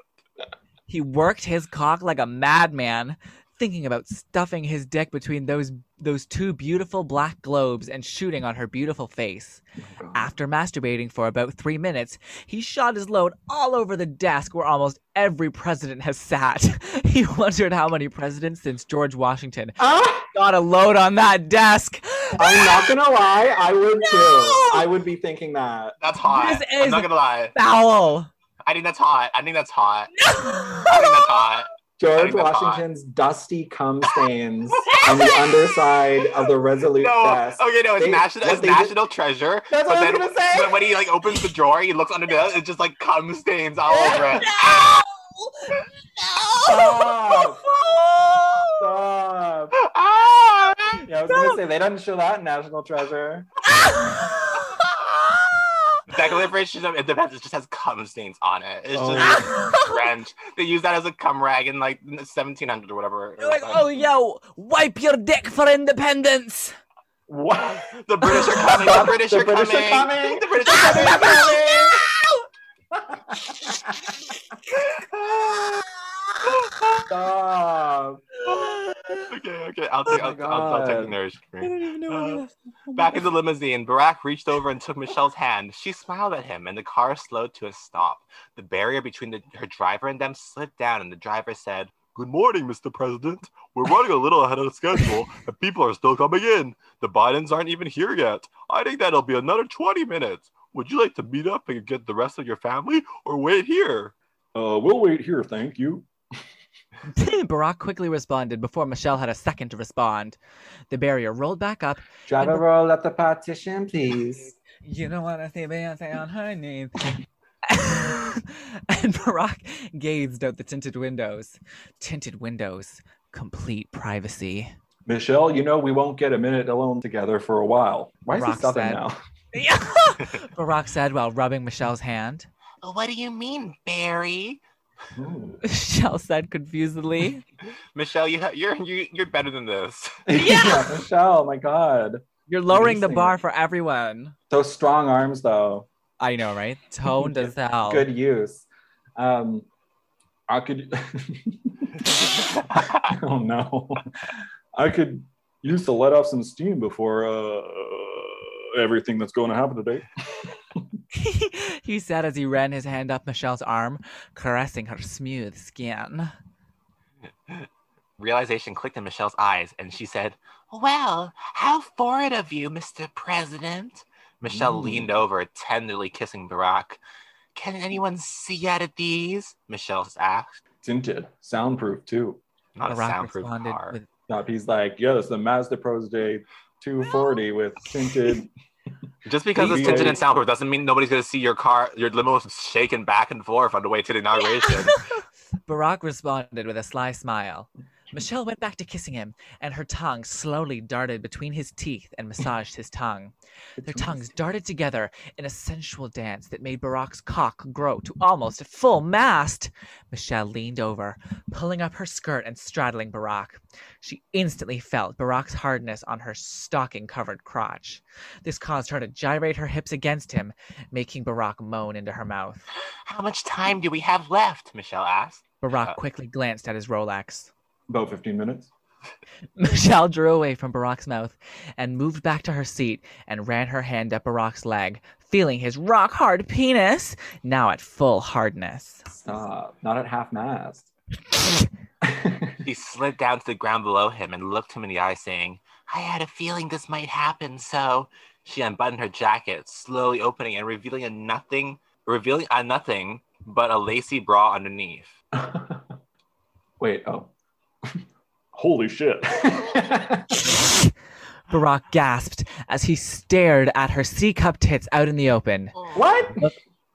He worked his cock like a madman, thinking about stuffing his dick between those those two beautiful black globes and shooting on her beautiful face. After masturbating for about 3 minutes, he shot his load all over the desk where almost every president has sat. [laughs] He wondered how many presidents since George Washington Ah! got a load on that desk. I'm not gonna lie, I would No! too. I would be thinking that. That's hot. This I'm is- not gonna lie. Foul. [laughs] I think that's hot. I think that's hot. I think that's hot. George think that's hot. Washington's dusty cum stains on the underside of the Resolute No, desk. okay, no, it's They- national, what it's they did- national treasure. That's what but I was then gonna say. When, when he like opens the drawer, he looks under the, it's just like cum stains [laughs] all over it. Stop. Stop. Ah! Yeah, I was gonna say they didn't show that in National Treasure. Medical information it depends. It just has cum stains on it. It's Oh. just French. They use that as a cum rag in like 1700 or whatever. They're like, oh yo, wipe your dick for independence. [laughs] What? the British are coming. The British, The are, British coming. are coming. The British are coming. [laughs] Stop. okay, okay. I'll take. Oh I'll, my I'll, I'll take God. the nourish I cream. don't even know Uh, what it is. Back in the limousine, Barack reached over and took Michelle's hand. She smiled at him, and the car slowed to a stop. The barrier between the, her driver and them slid down, and the driver said, Good morning, Mr. President. We're running a little ahead of schedule, and people are still coming in. The Bidens aren't even here yet. I think that'll be another 20 minutes. Would you like to meet up and get the rest of your family, or wait here? Uh, we'll wait here, thank you. [laughs] Barack quickly responded before Michelle had a second to respond. The barrier rolled back up. Driver, roll up the partition, please. You don't want to see Beyonce on her knees. [laughs] and Barack gazed out the tinted windows. Tinted windows, complete [laughs] privacy. Michelle, you know we won't get a minute alone together for a while. Why is he Rock southern said. now? Barack said while rubbing Michelle's hand. [laughs] What do you mean, Barry? [laughs] Ooh. Michelle said confusedly. Michelle, you ha- you're, you, you're better than this. [laughs] [laughs] Michelle, my God. You're lowering the Amazing. bar for everyone. Those strong arms, though. I know, right? [laughs] Toned as hell. Good use. Um, I could. [laughs] oh no, I could use to let off some steam before uh, everything that's going to happen today. [laughs] he said as he ran his hand up Michelle's arm, caressing her smooth skin. Realization clicked in Michelle's eyes, and she said, Well, how forward of you, Mr. President. Michelle Mm. leaned over, tenderly kissing Barack. Can anyone see out of these? Michelle asked. Tinted, soundproof too. Not a Barack soundproof responded car. with Yep, he's like, yes, the Mazda Pros Day 240 with tinted. Just because it's Please. tinted and soundproof doesn't mean nobody's going to see your car, your limo shaking back and forth on the way to the [laughs] inauguration. Barack responded with a sly smile. Michelle went back to kissing him, and her tongue slowly darted between his teeth and massaged his tongue. [laughs] Their Mm-hmm. tongues darted together in a sensual dance that made Barack's cock grow to almost full mast. Michelle leaned over, pulling up her skirt and straddling Barack. She instantly felt Barack's hardness on her stocking covered crotch. This caused her to gyrate her hips against him, making Barack moan into her mouth. how much time do we have left? Michelle asked. Uh, Barack quickly glanced at his Rolex. About 15 minutes. Michelle drew away from Barack's mouth and moved back to her seat and ran her hand up Barack's leg, feeling his rock hard penis now at full hardness. Stop. Not at half mast. [laughs] She slid down to the ground below him and looked him in the eye, saying, I had a feeling this might happen, so she unbuttoned her jacket, slowly opening and revealing a nothing revealing a nothing but a lacy bra underneath. Wait, [laughs] oh. Holy shit. Barack gasped as he stared at her C cup tits out in the open. what?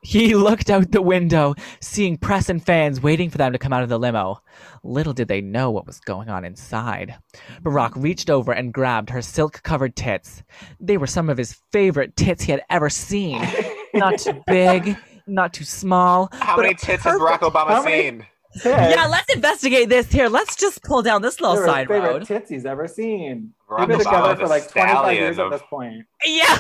He [laughs] looked out the window, seeing press and fans waiting for them to come out of the limo. Little did they know what was going on inside. Barack reached over and grabbed her silk covered tits. They were some of his favorite tits he had ever seen. Not [laughs] too big, not too small. How but many a tits has Barack perfect- [laughs] how Obama many- seen? Yeah, let's investigate this here. Let's just pull down this little They're side favorite road. tootsies ever seen. Barack We've been Obama, together the for like 25 years stallion at this of [laughs] point. Yeah.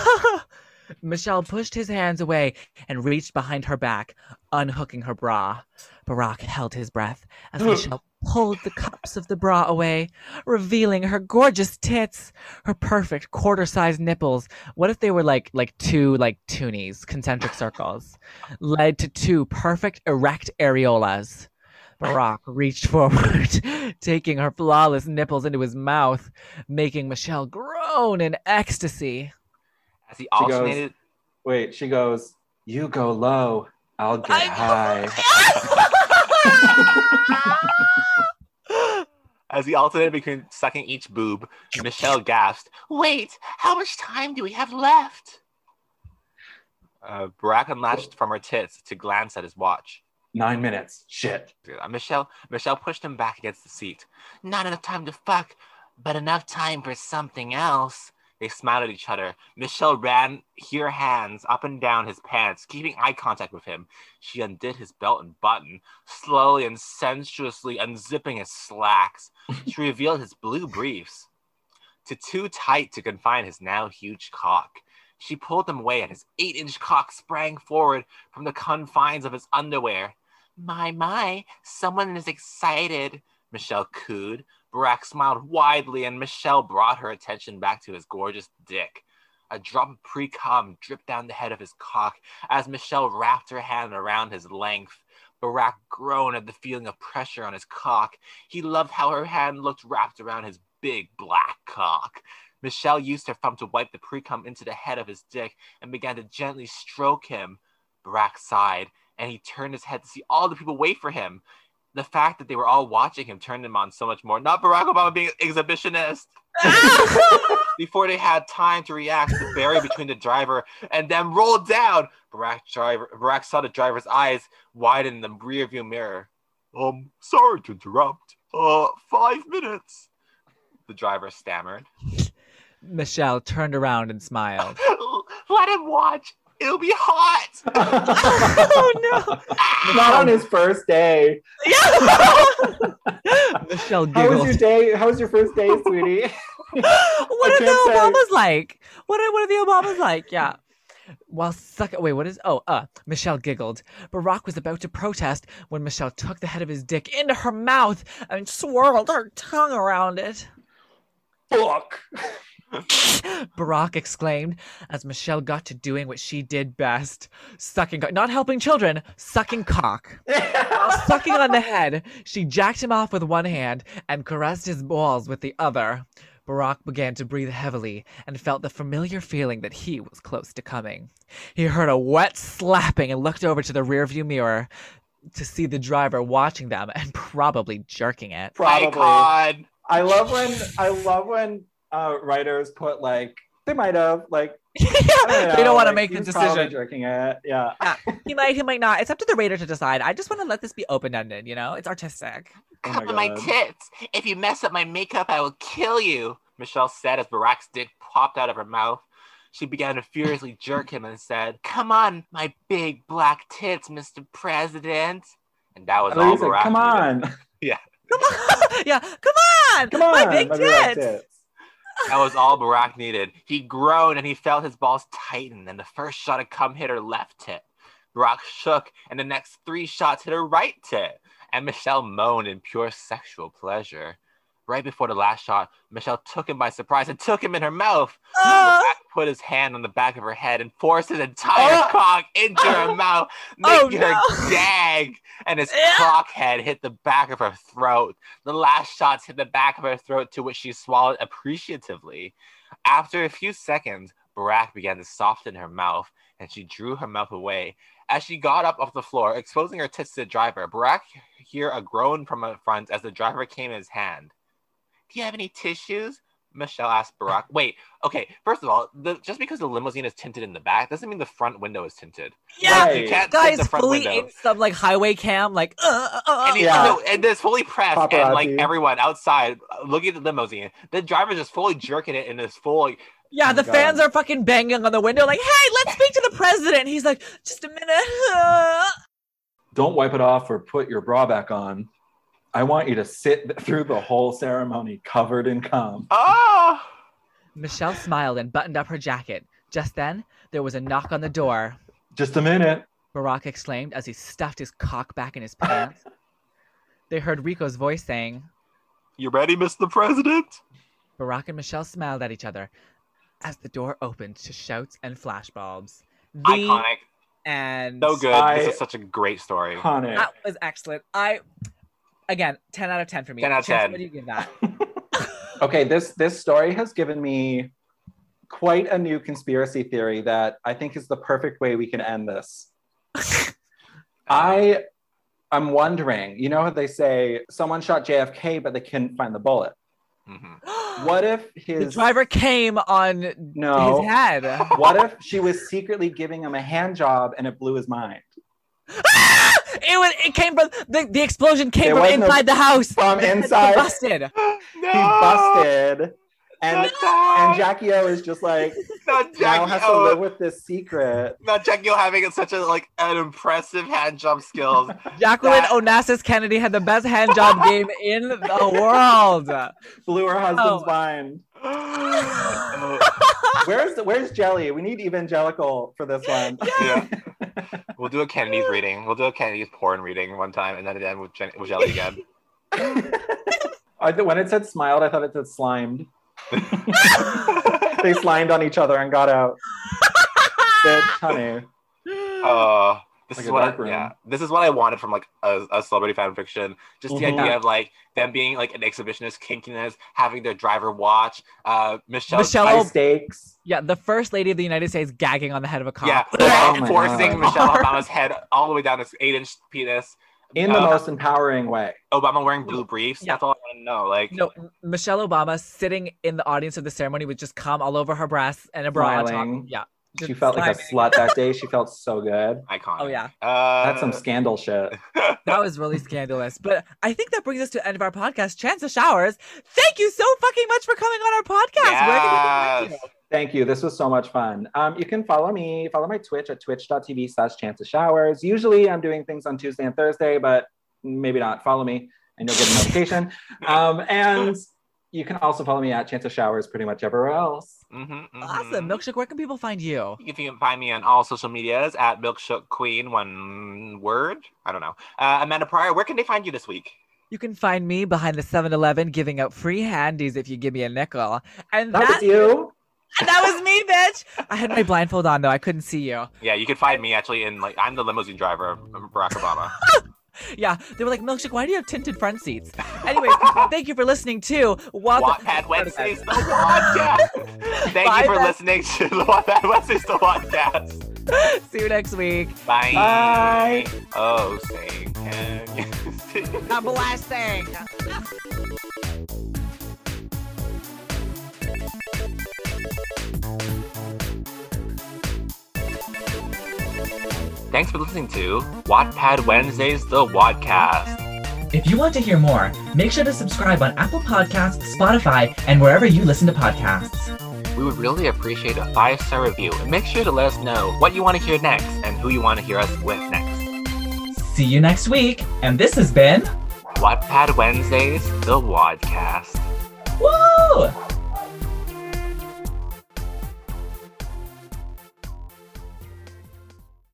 [laughs] Michelle pushed his hands away and reached behind her back, unhooking her bra. Barack held his breath as Michelle pulled the cups of the bra away, revealing her gorgeous tits, her perfect quarter-sized nipples. What if they were like like two like toonies, concentric circles, led to two perfect erect areolas. Barack reached forward, [laughs] taking her flawless nipples into his mouth, making Michelle groan in ecstasy. as he goes, alternated. Wait, she goes, You go low, I'll get I- high. As he alternated between sucking each boob, Michelle gasped, Wait, how much time do we have left? Uh, Barack unlatched from her tits to glance at his watch. Nine minutes. Shit. Uh, Michelle, Michelle pushed him back against the seat. Not enough time to fuck, but enough time for something else. They smiled at each other. Michelle ran her hands up and down his pants, keeping eye contact with him. She undid his belt and button, slowly and sensuously unzipping his slacks. She revealed his blue briefs, to too tight to confine his now huge cock. She pulled them away, and his eight inch cock sprang forward from the confines of his underwear. My, my, someone is excited, Michelle cooed. Barack smiled widely, and Michelle brought her attention back to his gorgeous dick. A drop of pre cum dripped down the head of his cock as Michelle wrapped her hand around his length. Barack groaned at the feeling of pressure on his cock. He loved how her hand looked wrapped around his big black cock. Michelle used her thumb to wipe the pre cum into the head of his dick and began to gently stroke him. Barack sighed and he turned his head to see all the people wait for him. The fact that they were all watching him turned him on so much more. Not Barack Obama being exhibitionist. Before they had time to react, the barrier between the driver and them rolled down. Barack, driver, Barack saw the driver's eyes widen in the rearview mirror. Um, sorry to interrupt. Uh, five minutes. The driver stammered. [laughs] Michelle turned around and [laughs] smiled. Let him watch. It'll be hot. oh Not on his first day. no! [laughs] Michelle How was giggled. your day? How was your first [laughs] day, sweetie? [laughs] what I are the can't say. Obamas like? What are, what are the Obamas like? Yeah. While suck wait, what is oh uh Michelle giggled. Barack was about to protest when Michelle took the head of his dick into her mouth and swirled her tongue around it. [laughs] Fuck. Barack exclaimed as Michelle got to doing what she did best sucking cock. Not helping children, sucking cock. While sucking on the head, she jacked him off with one hand and caressed his balls with the other. Barack began to breathe heavily and felt the familiar feeling that he was close to coming. He heard a wet slapping and looked over to the rearview mirror to see the driver watching them and probably jerking it. [laughs] Probably. Icon. I love when I love when uh, writers put like they might have like I [laughs] they don't know, want to like, make the he's probably decision. Drinking it, yeah. He might, he might not. It's up to the reader to decide. I just want to let this be open ended, you know? It's artistic. [laughs] Oh Come my on my God. tits. If you mess up my makeup, I will kill you, Michelle said as Barack's dick popped out of her mouth. She began to furiously jerk him and said, Come on, my big black tits, Mr. President. And that was And then all he's like, Barack. come needed. on, Come on. yeah, come on. come on, My big my black tits. That was all Barack needed. He groaned and he felt his balls tighten, and the first shot of cum hit her left tit. Barack shook, and the next three shots hit her right tit. And Michelle moaned in pure sexual pleasure. Right before the last shot, Michelle took him by surprise and took him in her mouth. Oh. Barack put his hand on the back of her head and forced his entire Oh. cock into her mouth, Oh, making her gag. And his Yeah. cock head hit the back of her throat. The last shots hit the back of her throat, to which she swallowed appreciatively. After a few seconds, Barack began to soften her mouth, and she drew her mouth away. As she got up off the floor, exposing her tits to the driver, Barack hear a groan from the front as the driver came in his hand. Do you have any tissues? Michelle asked [laughs] Barack. Wait, okay. First of all, the, just because the limousine is tinted in the back doesn't mean the front window is tinted. Yeah, Right. You [laughs] can't tint guys, the front fully window. in some like highway cam, like uh, uh, uh, and, he, Oh, Yeah. no, and there's fully press and like Paparazzi. everyone outside uh, looking at the limousine. The driver's just fully jerking it in this full. Like, Yeah, Oh my the fans God. are fucking banging on the window, like, hey, let's speak to the president. He's like, just a minute. [laughs] Don't wipe it off or put your bra back on. I want you to sit through the whole ceremony covered in cum. oh, Michelle smiled and buttoned up her jacket. Just then, there was a knock on the door. Just a minute. Barack exclaimed as he stuffed his cock back in his [laughs] pants. they heard Rico's voice saying, you ready, Mr. President? Barack and Michelle smiled at each other as the door opened to shouts and flashbulbs. The Iconic, And so good. I- this is such a great story. Um, Iconic. That was excellent. I, again, 10 out of 10 for me. 10 out of Chance, 10. What do you give that? okay, this this story has given me quite a new conspiracy theory that I think is the perfect way we can end this. I I'm wondering, you know how they say someone shot JFK but they couldn't find the bullet. Mhm. [gasps] What if the his driver came on no [laughs] his head. [laughs] what if she was secretly giving him a hand job and it blew his mind? Ah! It was. It came from the, the explosion It came from wasn't a- inside the house. from The heads inside. combusted. no, [gasps] He busted and and and Jackie O is just like not [laughs] now Jackie has to live O. with this secret. Not Jackie O having such a like an impressive hand job [laughs] skills. Jacqueline That- Onassis Kennedy had the best hand job game in the [laughs] world. Blew her husband's Oh. mind. Oh, Where's the, where's Jelly? We need evangelical for this [laughs] one. yeah. We'll do a Kennedy's reading. We'll do a Kennedy's porn reading one time, and then again with, Jen- with Jelly again. [laughs] I, th- when it said smiled, I thought it said slimed. [laughs] They slimed on each other and got out. [laughs] Bitch, honey. Uh, this Like is a what dark I, room. yeah, this is what I wanted from like a, a celebrity fan fiction. Just Mhm. Mm-hmm. the idea of like them being like an exhibitionist kinkiness, having their driver watch, uh, Michelle, Michelle- High Oh. stakes. yeah, the first lady of the United States gagging on the head of a cop. yeah, [laughs] [laughs] Oh my forcing God. [laughs] Michelle Obama's head all the way down his eight inch penis. In the Uh, most empowering way. Obama wearing blue briefs. Yeah. That's all I want to know. Like, No, M- Michelle Obama sitting in the audience of the ceremony with just cum all over her breasts and a bra on top. Smiling. Yeah, She just felt like a slimy. slut that day. She felt so good. iconic. Oh, yeah. uh, That's some scandal shit. That was really scandalous. But I think that brings us to the end of our podcast. Chance of showers. Thank you so fucking much for coming on our podcast. Where can people find Yes. you? Thank you. This was so much fun. Um, you can follow me, follow my Twitch at twitch.tv slash chance of showers. Usually I'm doing things on Tuesday and Thursday, but maybe not. Follow me and you'll get a notification. Um, and you can also follow me at chance of showers pretty much everywhere else. Mhm, mhm. Mm-hmm. Awesome. Milkshake, where can people find you? If you can find me on all social medias at Milkshook Queen, one word. I don't know. Uh, Amanda Pryor, where can they find you this week? You can find me behind the 7 Eleven giving out free handies if you give me a nickel. And That that, was you. that was me, bitch. I had my blindfold on though. I couldn't see you. Yeah, you can find me actually in like I'm the limousine driver of Barack [laughs] Obama. Yeah. They were like, Milkshake, why do you have tinted front seats? Anyways, [laughs] thank you for listening to Walk Wattpad Wednesdays [laughs] the podcast. Thank Bye, you for Beth. listening to the Wattpad Wednesdays the podcast. [laughs] See you next week. Bye. Bye. Oh, say can you see? I'm blasting. [laughs] Thanks for listening to Wattpad Wednesdays the podcast. If you want to hear more, make sure to subscribe on Apple Podcasts, Spotify, and wherever you listen to podcasts. We would really appreciate a five star review and make sure to let us know what you want to hear next and who you want to hear us with next. See you next week. And this has been Wattpad Wednesdays, the Wadcast. Woo!